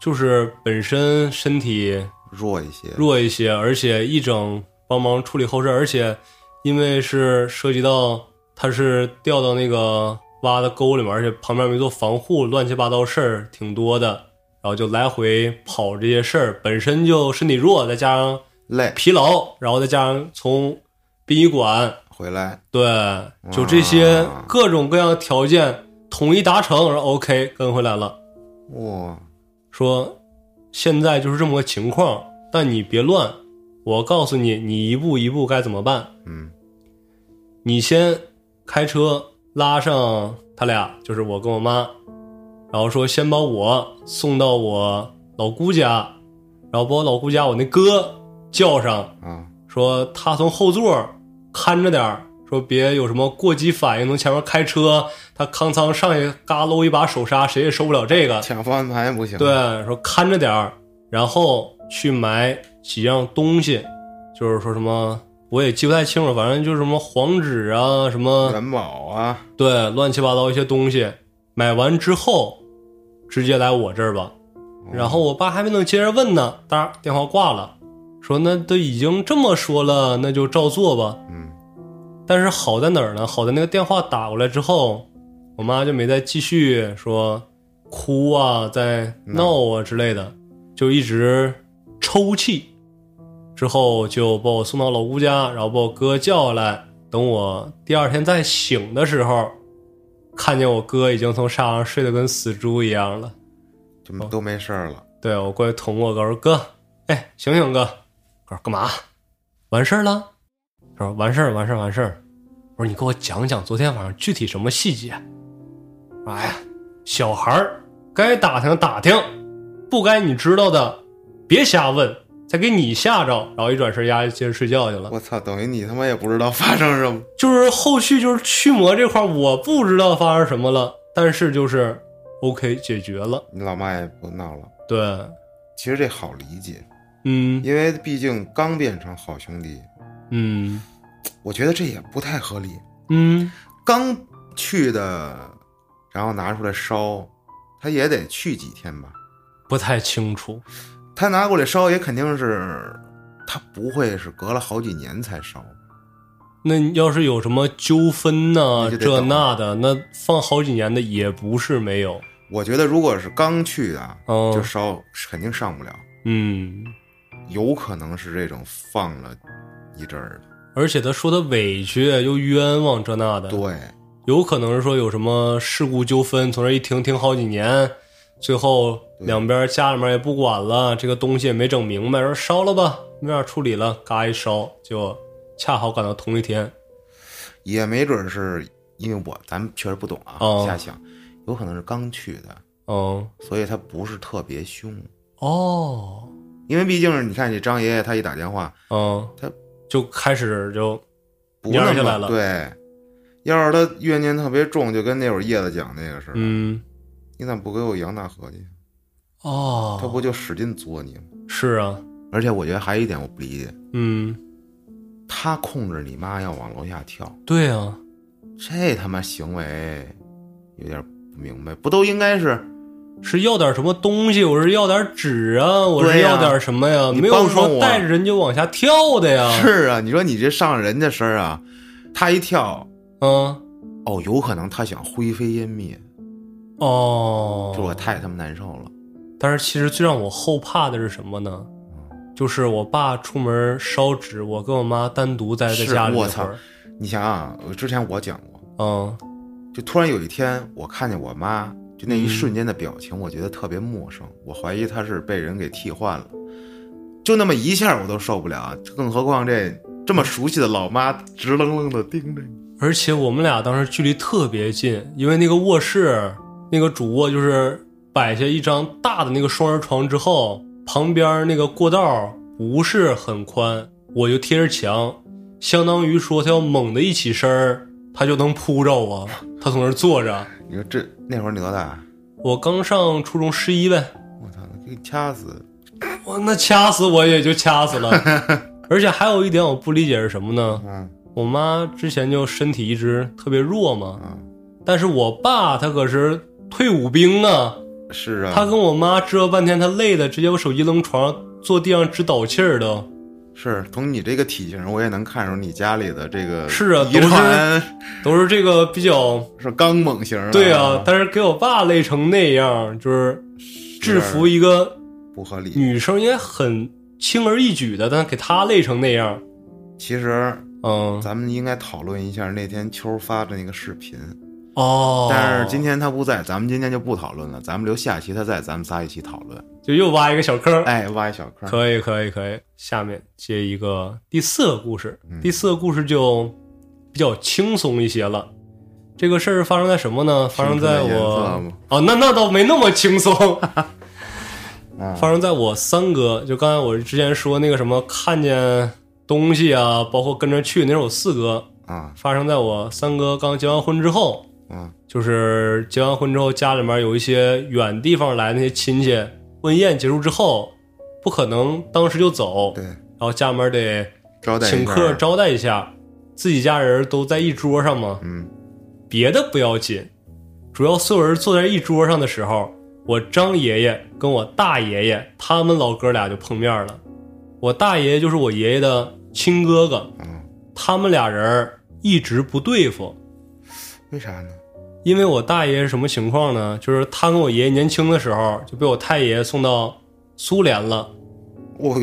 S1: 就是本身身体
S3: 弱一些，
S1: 弱一些，而且一整帮忙处理后事，而且因为是涉及到他是掉到那个挖的沟里面，而且旁边没做防护，乱七八糟事儿挺多的，然后就来回跑这些事儿，本身就身体弱，再加上
S3: 累
S1: 疲劳，然后再加上从殡仪馆
S3: 回来
S1: 对，就这些
S3: 啊
S1: 各种各样的条件统一达成，然后 OK 跟回来了。
S3: 哇，
S1: 说现在就是这么个情况，但你别乱，我告诉你，你一步一步该怎么办。
S3: 嗯
S1: 你先开车拉上他俩，就是我跟我妈，然后说先把我送到我老姑家，然后把我老姑家我那哥叫上，
S3: 啊
S1: 说他从后座看着点儿，说别有什么过激反应，从前面开车，他康仓上去嘎搂一把手刹，谁也受不了这个。
S3: 抢方向盘不行，
S1: 对，啊说看着点儿，然后去买几样东西，就是说什么我也记不太清楚，反正就是什么黄纸啊，什么
S3: 元宝啊，
S1: 对，乱七八糟一些东西。买完之后，直接来我这儿吧。然后我爸还没等接着问呢，当电话挂了，说那都已经这么说了，那就照做吧。
S3: 嗯
S1: 但是好在哪儿呢？好在那个电话打过来之后，我妈就没再继续说哭啊、在闹啊之类的，就一直抽泣。之后就把我送到老姑家，然后把我哥叫下来。等我第二天再醒的时候，看见我哥已经从沙发上睡得跟死猪一样了。
S3: 就都没事儿了，
S1: 对我过去捅我哥，我说哥，哎，醒醒哥，哥说干嘛？完事儿了？他说完事儿，完事儿，完事儿。我说你给我讲讲昨天晚上具体什么细节。哎呀，小孩儿该打听打听，不该你知道的别瞎问，再给你吓着。然后一转身，丫就接着睡觉去了。
S3: 我操，等于你他妈也不知道发生什么，
S1: 就是后续就是驱魔这块儿，我不知道发生什么了，但是就是 OK 解决了。
S3: 你老妈也不闹了。
S1: 对，
S3: 其实这好理解，
S1: 嗯
S3: 因为毕竟刚变成好兄弟，
S1: 嗯
S3: 我觉得这也不太合理。
S1: 嗯，
S3: 刚去的，然后拿出来烧，他也得去几天吧？
S1: 不太清楚。
S3: 他拿过来烧也肯定是，他不会是隔了好几年才烧。
S1: 那你要是有什么纠纷呐、
S3: 那就得
S1: 这
S3: 等
S1: 那的，那放好几年的也不是没有。
S3: 我觉得如果是刚去的啊，
S1: 嗯
S3: 就烧肯定上不了，
S1: 嗯，
S3: 有可能是这种放了一阵儿的。
S1: 而且他说的委屈又冤枉这那的，
S3: 对，
S1: 有可能是说有什么事故纠纷，从这一停停好几年，最后两边家里面也不管了，这个东西也没整明白，说烧了吧，没法处理了，嘎一烧，就恰好赶到同一天。
S3: 也没准是因为我咱们确实不懂啊，
S1: 哦
S3: 瞎想，有可能是刚去的，
S1: 嗯，
S3: 所以他不是特别凶。
S1: 哦，
S3: 因为毕竟是你看，这张爷爷他一打电话，
S1: 嗯，
S3: 他
S1: 就开始就
S3: 不
S1: 蔫
S3: 那
S1: 儿下来
S3: 么
S1: 了
S3: 对。要是他怨念特别重，就跟那会儿叶子讲那个似的，
S1: 嗯，
S3: 你怎么不给我杨大合计？
S1: 哦，
S3: 他不就使劲作你吗？
S1: 是啊，
S3: 而且我觉得还有一点我不理解，
S1: 嗯，
S3: 他控制你妈要往楼下跳，
S1: 对啊，
S3: 这他妈行为有点不明白，不都应该是
S1: 是要点什么东西？我是要点纸啊，我是
S3: 对呀
S1: 要点什么呀？
S3: 你
S1: 没有
S3: 帮帮
S1: 说
S3: 我
S1: 带着人就往下跳的呀。，
S3: 是啊？你说你这上人家身儿啊，他一跳，
S1: 嗯，
S3: 哦，有可能他想灰飞烟灭，
S1: 哦，
S3: 这我太他妈难受了。
S1: 但是其实最让我后怕的是什么呢？就是我爸出门烧纸，我跟我妈单独待在
S3: 是
S1: 家里
S3: 我
S1: 那会
S3: 操
S1: 儿，
S3: 你想想，我之前我讲过，
S1: 嗯
S3: 就突然有一天，我看见我妈就
S1: 嗯
S3: 那一瞬间的表情，我觉得特别陌生，我怀疑她是被人给替换了。就那么一下，我都受不了，啊更何况这这么熟悉的老妈直愣愣的盯着你。
S1: 而且我们俩当时距离特别近，因为那个卧室那个主卧就是摆下一张大的那个双人床之后，旁边那个过道不是很宽，我就贴着墙，相当于说他要猛的一起身儿，他就能扑着我，他从那儿坐着，
S3: 你说这那会儿你多大？啊
S1: 我刚上初中十一呗，
S3: 我操，给你掐死！
S1: 我那掐死我也就掐 死了，而且还有一点我不理解是什么呢？
S3: 嗯
S1: 我妈之前就身体一直特别弱嘛，
S3: 嗯，
S1: 但是我爸他可是退伍兵啊，
S3: 是啊，
S1: 他跟我妈折腾半天，他累的直接把手机扔床上坐地上直倒气儿的，
S3: 是从你这个体型，我也能看出你家里的这个
S1: 是啊
S3: 遗
S1: 都是
S3: 传
S1: 都是这个比较
S3: 是刚猛型的。
S1: 对
S3: 嗯
S1: 啊，但是给我爸累成那样，就是制服一个
S3: 不合理。
S1: 女生应该很轻而易举的，但是给他累成那样，
S3: 其实
S1: 嗯，
S3: 咱们应该讨论一下那天秋儿发的那个视频，
S1: 哦，
S3: 但是今天他不在，咱们今天就不讨论了，咱们留下期他在，咱们仨一起讨论。
S1: 就又挖一个小坑，
S3: 哎，挖一小坑，
S1: 呃可以，可以，可以。下面接一个第四个故事，
S3: 嗯
S1: 第四个故事就比较轻松一些了。这个事儿发生在什么呢？发生在
S3: 青春的颜色
S1: 我
S3: 吗
S1: 哦，那那倒没那么轻 松。
S3: 嗯
S1: 发生在我三哥，就刚才我之前说那个什么看见东西啊，包括跟着去，那是我四哥。
S3: 啊，
S1: 发生在我三哥刚结完婚之后，
S3: 嗯
S1: 就是结完婚之后，家里面有一些远地方来的那些亲戚，婚宴结束之后，不可能当时就走，
S3: 对，
S1: 然后家里面得
S3: 招待一下
S1: 请客，招待一下，自己家人都在一桌上嘛，
S3: 嗯，
S1: 别的不要紧，主要所有人坐在一桌上的时候，我张爷爷跟我大爷爷他们老哥俩就碰面了。我大爷爷就是我爷爷的亲哥哥，
S3: 嗯，
S1: 他们俩人一直不对付，
S3: 为啥呢？
S1: 因为我大爷是什么情况呢？就是他跟我爷爷年轻的时候就被我太爷送到苏联了
S3: 哦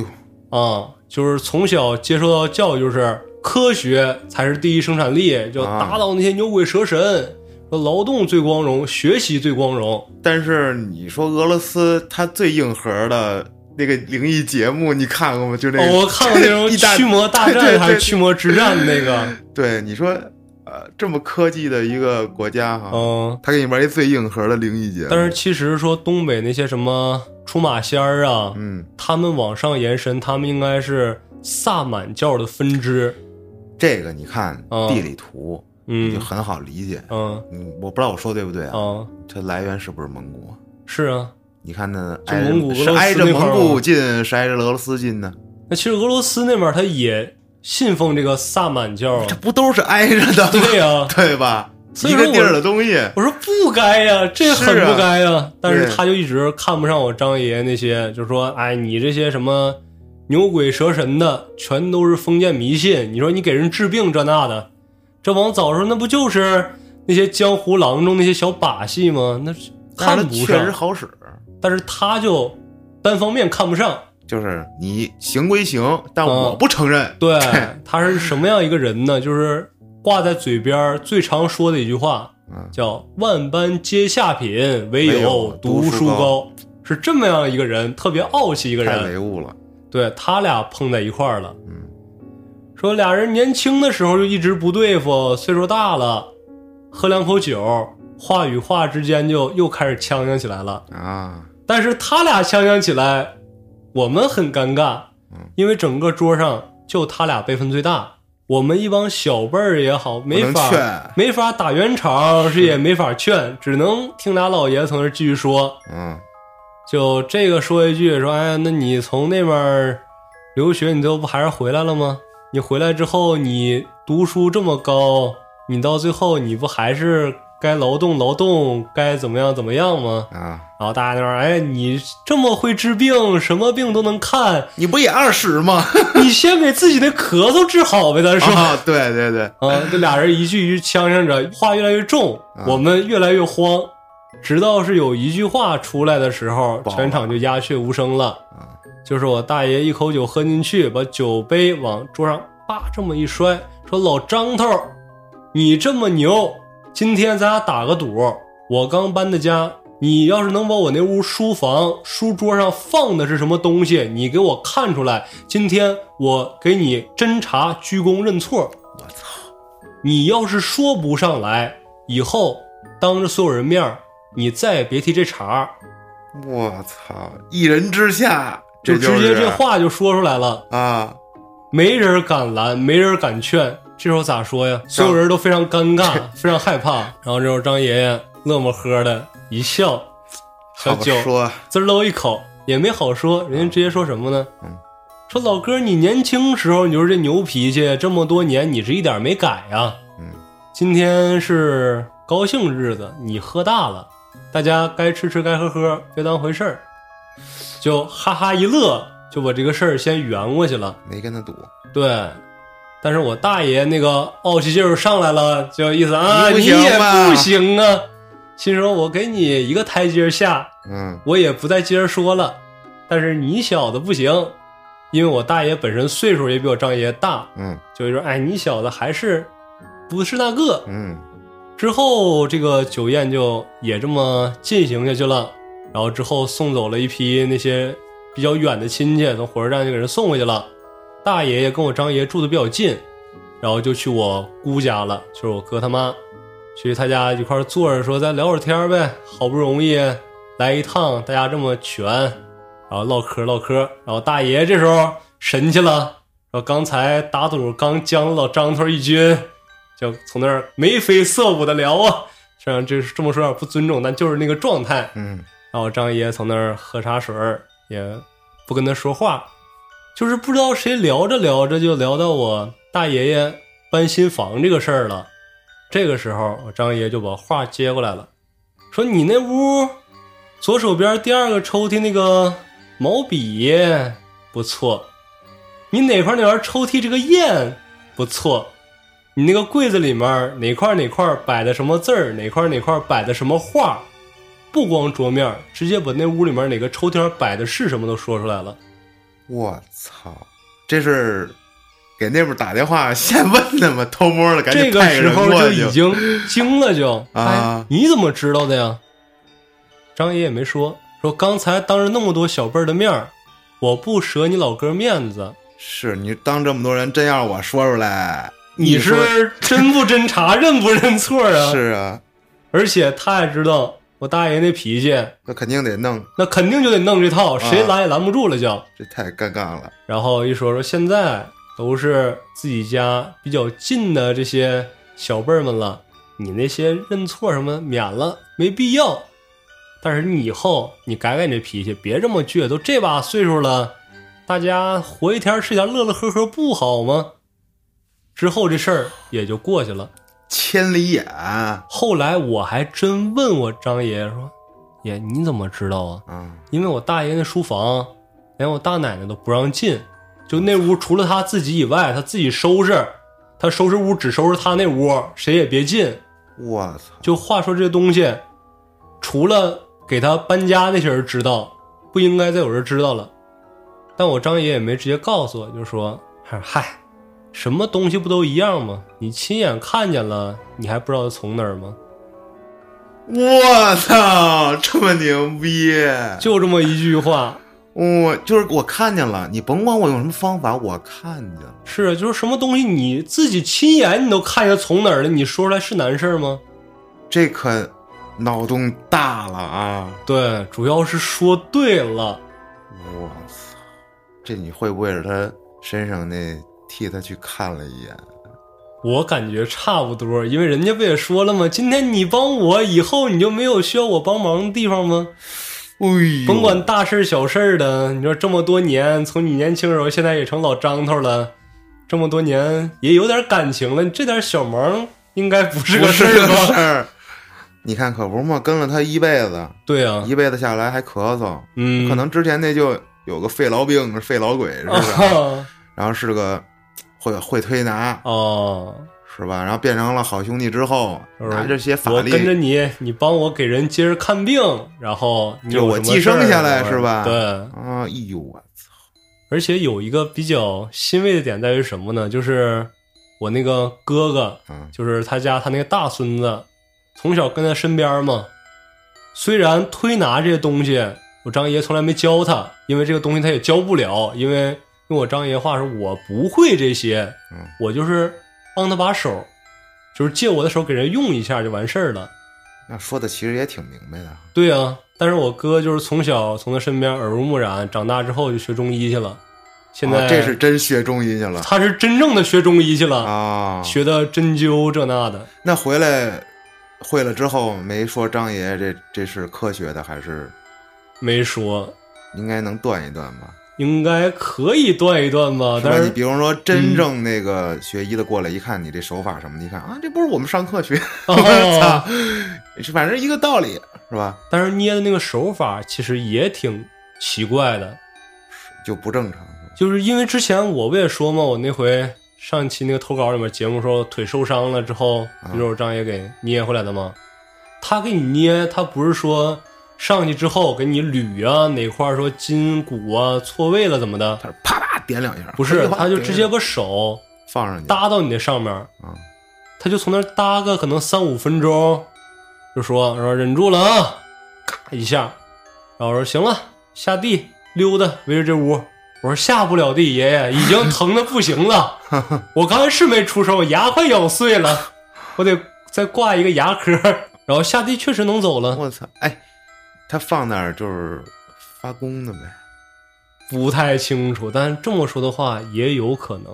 S3: 呦，
S1: 啊、就是从小接受到教育就是科学才是第一生产力，就
S3: 啊
S1: 打倒那些牛鬼蛇神，说劳动最光荣，学习最光荣。
S3: 但是你说俄罗斯，它最硬核的那个灵异节目，你看过吗？就那个，
S1: 哦，我看过那种
S3: 一大
S1: 驱魔大
S3: 对对
S1: 战还是
S3: 对
S1: 驱魔之战那 个，
S3: 对，你说，呃，这么科技的一个国家哈，
S1: 嗯，
S3: 他给你玩一最硬核的灵异节目，
S1: 但是其实说东北那些什么出马仙儿啊，
S3: 嗯，
S1: 他们往上延伸，他们应该是萨满教的分支，
S3: 这个你看
S1: 哦
S3: 地理图，你就
S1: 嗯
S3: 很好理解。
S1: 嗯
S3: 嗯，我不知道我说对不对啊？
S1: 啊，
S3: 它来源是不是蒙古啊？
S1: 是啊。
S3: 你看那
S1: 就
S3: 挨着
S1: 蒙古
S3: 是
S1: 俄罗斯
S3: 挨着
S1: 那块儿
S3: 蒙
S1: 吗哦
S3: 古近，是挨着俄罗斯近呢？
S1: 那其实俄罗斯那边他也信奉这个萨满教啊
S3: 这，不都是挨着的吗？
S1: 对呀、
S3: 对吧？
S1: 所以
S3: 一
S1: 说
S3: 个
S1: 我
S3: 地儿的东西，
S1: 我说不该呀、这很
S3: 是啊
S1: 不该呀、但是
S3: 对
S1: 他就一直看不上我张爷爷那些，就说：“哎，你这些什么牛鬼蛇神的，全都是封建迷信。你说你给人治病这那的，这往早说那不就是那些江湖郎中那些小把戏吗？那是
S3: 但
S1: 看
S3: 是它
S1: 不
S3: 确实
S1: 上。
S3: 好使。
S1: 但是他就单方面看不上。
S3: 就是你行归行，但
S1: 嗯
S3: 我不承认。
S1: 对， 他是什么样一个人呢？就是挂在嘴边儿最常说的一句话，
S3: 嗯，
S1: 叫“万般皆下品，唯
S3: 唯有
S1: 有
S3: 读
S1: 读
S3: 书
S1: 书
S3: 高
S1: 高”，是这么样一个人，特别傲气一个
S3: 太
S1: 人。
S3: 唯物了。
S1: 对他俩碰在一块儿了，
S3: 嗯，
S1: 说俩人年轻的时候就一直不对付，岁数大了，喝两口酒，话与话之间就又开始呛呛起来了。
S3: 啊，
S1: 但是他俩呛呛起来，我们很尴尬
S3: 嗯，
S1: 因为整个桌上就他俩辈分最大，我们一帮小辈儿也好，没
S3: 能
S1: 法
S3: 劝
S1: 没法打圆场，是也没法劝，只能听俩老爷从那儿继续说。
S3: 嗯，
S1: 就这个说一句说，哎，那你从那边儿留学，你最后不还是回来了吗？你回来之后，你读书这么高，你到最后你不还是该劳动劳动，该怎么样怎么样吗？
S3: 啊，
S1: 然后大家就说：“哎，你这么会治病，什么病都能看，
S3: 你不也二十吗？
S1: 你先给自己的咳嗽治好呗。”他说：“
S3: 啊， 对对对，
S1: 啊，这俩人一句一句呛呛着，话越来越重，
S3: 啊
S1: 我们越来越慌，直到是有一句话出来的时候
S3: 爆，了啊
S1: 全场就鸦雀无声了。就是我大爷一口酒喝进去，把酒杯往桌上叭这么一摔，说：“老张头，你这么牛，今天咱俩打个赌，我刚搬的家。”你要是能把我那屋书房书桌上放的是什么东西，你给我看出来，今天我给你侦查、鞠躬认错。你要是说不上来，以后当着所有人面儿，你再也别提这茬儿，
S3: 我操，一人之下，
S1: 就
S3: 这
S1: 直接
S3: 是
S1: 这话就说出来了，
S3: 啊，
S1: 没人敢拦，没人敢劝，这时候咋说呀？所有人都非常尴尬，非常害怕。然后这时候张爷爷乐么呵的一笑，小
S3: 好
S1: 酒
S3: 说，
S1: 滋溜一口，也没好说，人家直接说什么呢？
S3: 嗯
S1: 说老哥，你年轻时候你就是这牛脾气，这么多年你是一点没改呀、
S3: 嗯，
S1: 今天是高兴日子，你喝大了，大家该吃吃该喝喝，别当回事儿，就哈哈一乐，就把这个事儿先圆过去了。
S3: 没跟他赌。
S1: 对，但是我大爷那个傲气劲儿上来了，就意思啊，
S3: 你
S1: 你
S3: 不行
S1: 也
S3: 吧
S1: 不行啊。心说，我给你一个台阶下，
S3: 嗯，
S1: 我也不再接着说了。但是你小子不行，因为我大爷本身岁数也比我张爷大，
S3: 嗯
S1: 就是说，哎，你小子还是不是那个。
S3: 嗯
S1: 之后这个酒宴就也这么进行下去了，然后之后送走了一批那些比较远的亲戚，从火车站就给人送回去了。大爷爷跟我张爷住的比较近，然后就去我姑家了，就是我哥他妈，去他家一块儿坐着说咱聊会儿天儿呗，好不容易来一趟，大家这么全，然后唠嗑唠嗑，然后大爷这时候神气了，说刚才打赌刚将老张头一军。 就从那儿眉飞色舞的聊啊，虽然这是这么说有点不尊重，但就是那个状态。
S3: 嗯，
S1: 然后张爷从那儿喝茶水儿，也不跟他说话，就是不知道谁聊着聊着就聊到我大爷爷搬新房这个事儿了。这个时候，我张爷就把话接过来了，说：“你那屋左手边第二个抽屉那个毛笔不错，你哪块哪块抽屉这个砚不错，你那个柜子里面哪块哪块摆的什么字儿，哪块哪块摆的什么画，不光桌面，直接把那屋里面哪个抽屉上摆的是什么都说出来了。
S3: 我操，这是给那边打电话现问的吗？偷摸的，赶紧
S1: 这个
S3: 派
S1: 时
S3: 人
S1: 候
S3: 过
S1: 就
S3: 去。
S1: 已经惊了就，
S3: 啊
S1: 哎，你怎么知道的呀？张爷也没说，说刚才当着那么多小辈儿的面儿，我不折你老哥面子，
S3: 是你当这么多人，真要是我说出来，
S1: 你
S3: 说
S1: 是真不侦查，认不认错啊？
S3: 是啊，
S1: 而且他也知道我大爷那脾气，
S3: 那肯定得弄，
S1: 那肯定就得弄这套，
S3: 啊
S1: 谁拦也拦不住了就。
S3: 这太尴尬了。
S1: 然后一说说现在都是自己家比较近的这些小辈儿们了，你那些认错什么免了，没必要。但是你以后你改改你这脾气，别这么倔，都这把岁数了，大家活一天是一天，乐乐呵呵不好吗？之后这事儿也就过去了。
S3: 千里眼啊
S1: 后来我还真问我张爷爷说：“爷，你怎么知道啊？”
S3: 啊，
S1: 因为我大爷那书房，连我大奶奶都不让进，就那屋除了他自己以外，他自己收拾，他收拾屋只收拾他那屋，谁也别进。
S3: 我操，
S1: 就话说这东西，除了给他搬家那些人知道，不应该再有人知道了。但我张爷也没直接告诉我，就说：“嗨，什么东西不都一样吗？你亲眼看见了，你还不知道从哪儿吗？”
S3: 我操，这么牛逼！
S1: 就这么一句话，
S3: 我就是我看见了，你甭管我用什么方法，我看见了。
S1: 是啊，就是什么东西你自己亲眼你都看见从哪儿了，你说出来是难事儿吗？
S3: 这可脑洞大了啊！
S1: 对，主要是说对了，
S3: 我操，这你会不会是他身上那替他去看了一眼？
S1: 我感觉差不多，因为人家不也说了吗？今天你帮我，以后你就没有需要我帮忙的地方吗？
S3: 哎呦，
S1: 甭管大事儿小事儿的，你说这么多年，从你年轻时候现在也成老张头了，这么多年也有点感情了，你这点小忙应该不是
S3: 不
S1: 个
S3: 是
S1: 事
S3: 个
S1: 儿
S3: 事
S1: 吧？
S3: 儿。你看，可不是嘛，跟了他一辈子，
S1: 对啊，
S3: 一辈子下来还咳嗽，
S1: 嗯，
S3: 可能之前那就有个肺痨病、肺痨鬼是不 是？
S1: 啊
S3: 然后是个会会推拿
S1: 哦。
S3: 是吧？然后变成了好兄弟之后，
S1: 就是
S3: 拿这些法
S1: 我跟着
S3: 力，
S1: 你，你帮我给人接着看病，然后你有
S3: 就我
S1: 什么
S3: 寄生
S1: 事儿
S3: 下来
S1: 我
S3: 是吧
S1: 对，
S3: 啊，哎呦我操，
S1: 而且有一个比较欣慰的点在于什么呢？就是我那个哥哥，
S3: 嗯
S1: 就是他家他那个大孙子，从小跟在身边嘛。虽然推拿这些东西，我张爷从来没教他，因为这个东西他也教不了，因为用我张爷话说，我不会这些
S3: 嗯，
S1: 我就是帮他把手，就是借我的手给人用一下就完事儿了。
S3: 那说的其实也挺明白的。
S1: 对啊，但是我哥就是从小从他身边耳濡目染，长大之后就学中医去了。现在、
S3: 啊这是真学中医 去了
S1: 他是真正的学中医去了，
S3: 啊！
S1: 学的针灸这那的。
S3: 那回来会了之后，没说张爷爷这这是科学的，还是
S1: 没说，
S3: 应该能断一断吧？
S1: 应该可以断一断吧，
S3: 是吧？
S1: 但
S3: 你
S1: 是
S3: 比如说，真正那个学医的过来一看你这手法什么的，一看啊，这不是我们上课学，我操
S1: 哦，
S3: 是反正一个道理，是吧？
S1: 但是捏的那个手法其实也挺奇怪的，
S3: 就不正常。
S1: 就是因为之前我不也说嘛，我那回上一期那个投稿里面节目说腿受伤了之后，不是我张爷给捏回来的吗？他给你捏，他不是说上去之后给你捋啊哪块儿说筋骨啊错位了怎么的，
S3: 他是啪啪点两下，
S1: 不是，
S3: 哗
S1: 他就直接
S3: 点
S1: 把手
S3: 放上去，
S1: 搭到你那上面，
S3: 啊，
S1: 他就从那儿搭个可能三五分钟，就说说忍住了啊，咔一下，然后我说行了，下地溜达围着这屋，我说下不了地，爷爷已经疼的不行了，我刚才是没出手，牙快咬碎了，我得再挂一个牙科，然后下地确实能走了，
S3: 我操，哎，他放那儿就是发功的呗，
S1: 不太清楚，但这么说的话也有可能，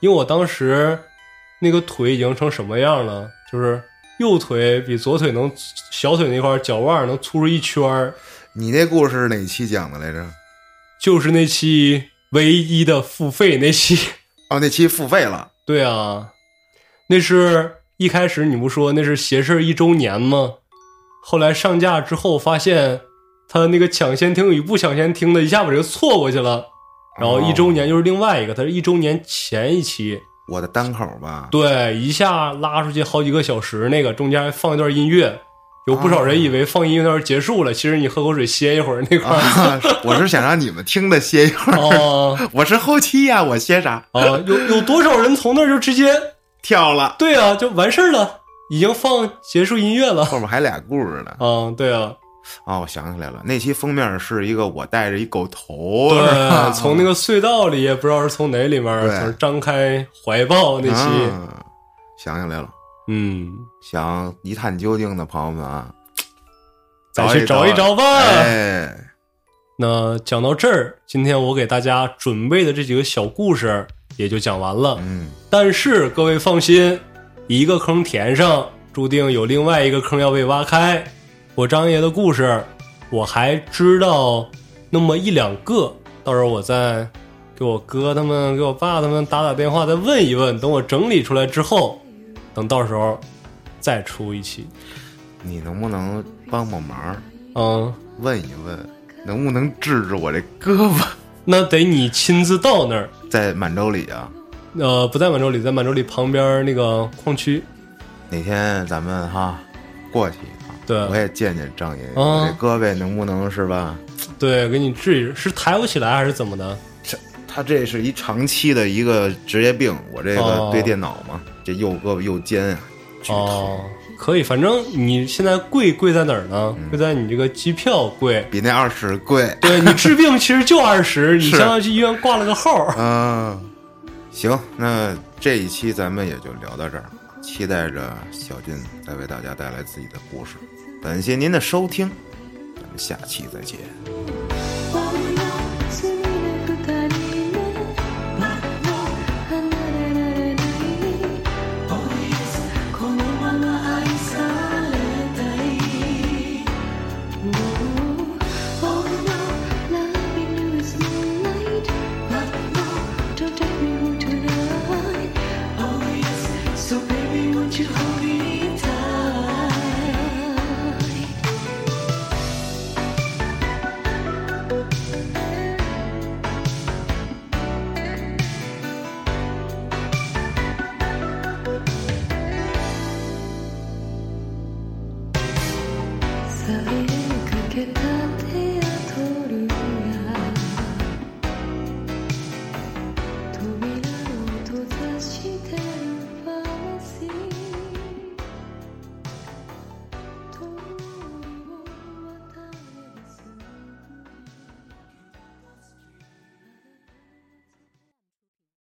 S1: 因为我当时那个腿已经成什么样了，就是右腿比左腿能小腿那块儿脚腕儿能粗出一圈儿，
S3: 你那故事是哪期讲的来着？
S1: 就是那期唯一的付费那期。
S3: 哦，那期付费了，
S1: 对啊，那是一开始你不说那是邪事儿一周年吗？后来上架之后发现，他那个抢先听与不抢先听的一下把这个错过去了，然后
S3: 哦
S1: 一周年又是另外一个，它是一周年前一期，
S3: 我的单口吧，
S1: 对，一下拉出去好几个小时，那个中间还放一段音乐。有不少人以为放音乐段结束了，其实你喝口水歇一会儿那 块儿
S3: 啊， 我是想让你们听的歇一会儿，
S1: 哦
S3: 我是后期呀、我歇啥？
S1: 啊，有有多少人从那儿就直接
S3: 跳了，
S1: 对啊，就完事儿了，已经放结束音乐 了。
S3: 后面还俩故事呢。
S1: 嗯，对啊，
S3: 啊、我想起来了，那期封面是一个我带着一狗头，
S1: 对，从 那个隧道里，也不知道是从哪里面，
S3: 对
S1: 从张开怀抱那期，
S3: 啊想起来了。
S1: 嗯，
S3: 想一探究竟的朋友们啊，
S1: 再去找一找吧。
S3: 哎，
S1: 那讲到这儿，今天我给大家准备的这几个小故事也就讲完了。
S3: 嗯，
S1: 但是各位放心，一个坑填上，注定有另外一个坑要被挖开。我张爷的故事，我还知道那么一两个，到时候我再给我哥他们、给我爸他们打打电话，再问一问。等我整理出来之后，等到时候再出一期。
S3: 你能不能帮帮忙，
S1: 嗯，
S3: 问一问，能不能治治我这胳膊？
S1: 那得你亲自到那儿，
S3: 在满洲里啊，
S1: 呃，不在满洲里，在满洲里旁边那个矿区。
S3: 哪天咱们哈过去啊一趟，
S1: 对
S3: 我也见见张爷爷，
S1: 嗯
S3: 我这胳膊能不能是吧？
S1: 对，给你治一治，是抬不起来还是怎么的？
S3: 他这是一长期的一个职业病，我这
S1: 哦
S3: 个对电脑嘛，这右胳膊右肩啊，巨疼，
S1: 哦，可以，反正你现在贵贵在哪儿呢？
S3: 嗯
S1: 贵在你这个机票贵。
S3: 比那二十贵。
S1: 对你治病其实就二 十，你
S3: 是
S1: 相当于去医院挂了个号。
S3: 啊，行，那这一期咱们也就聊到这儿，期待着小俊再为大家带来自己的故事。感谢您的收听，咱们下期再见。
S4: 「おやすみの二人でまだ離れられない」「このまま愛されたい」「No Oh no Loving you is moonlight But no Don't take me home tonight Oh yes So baby won't you hold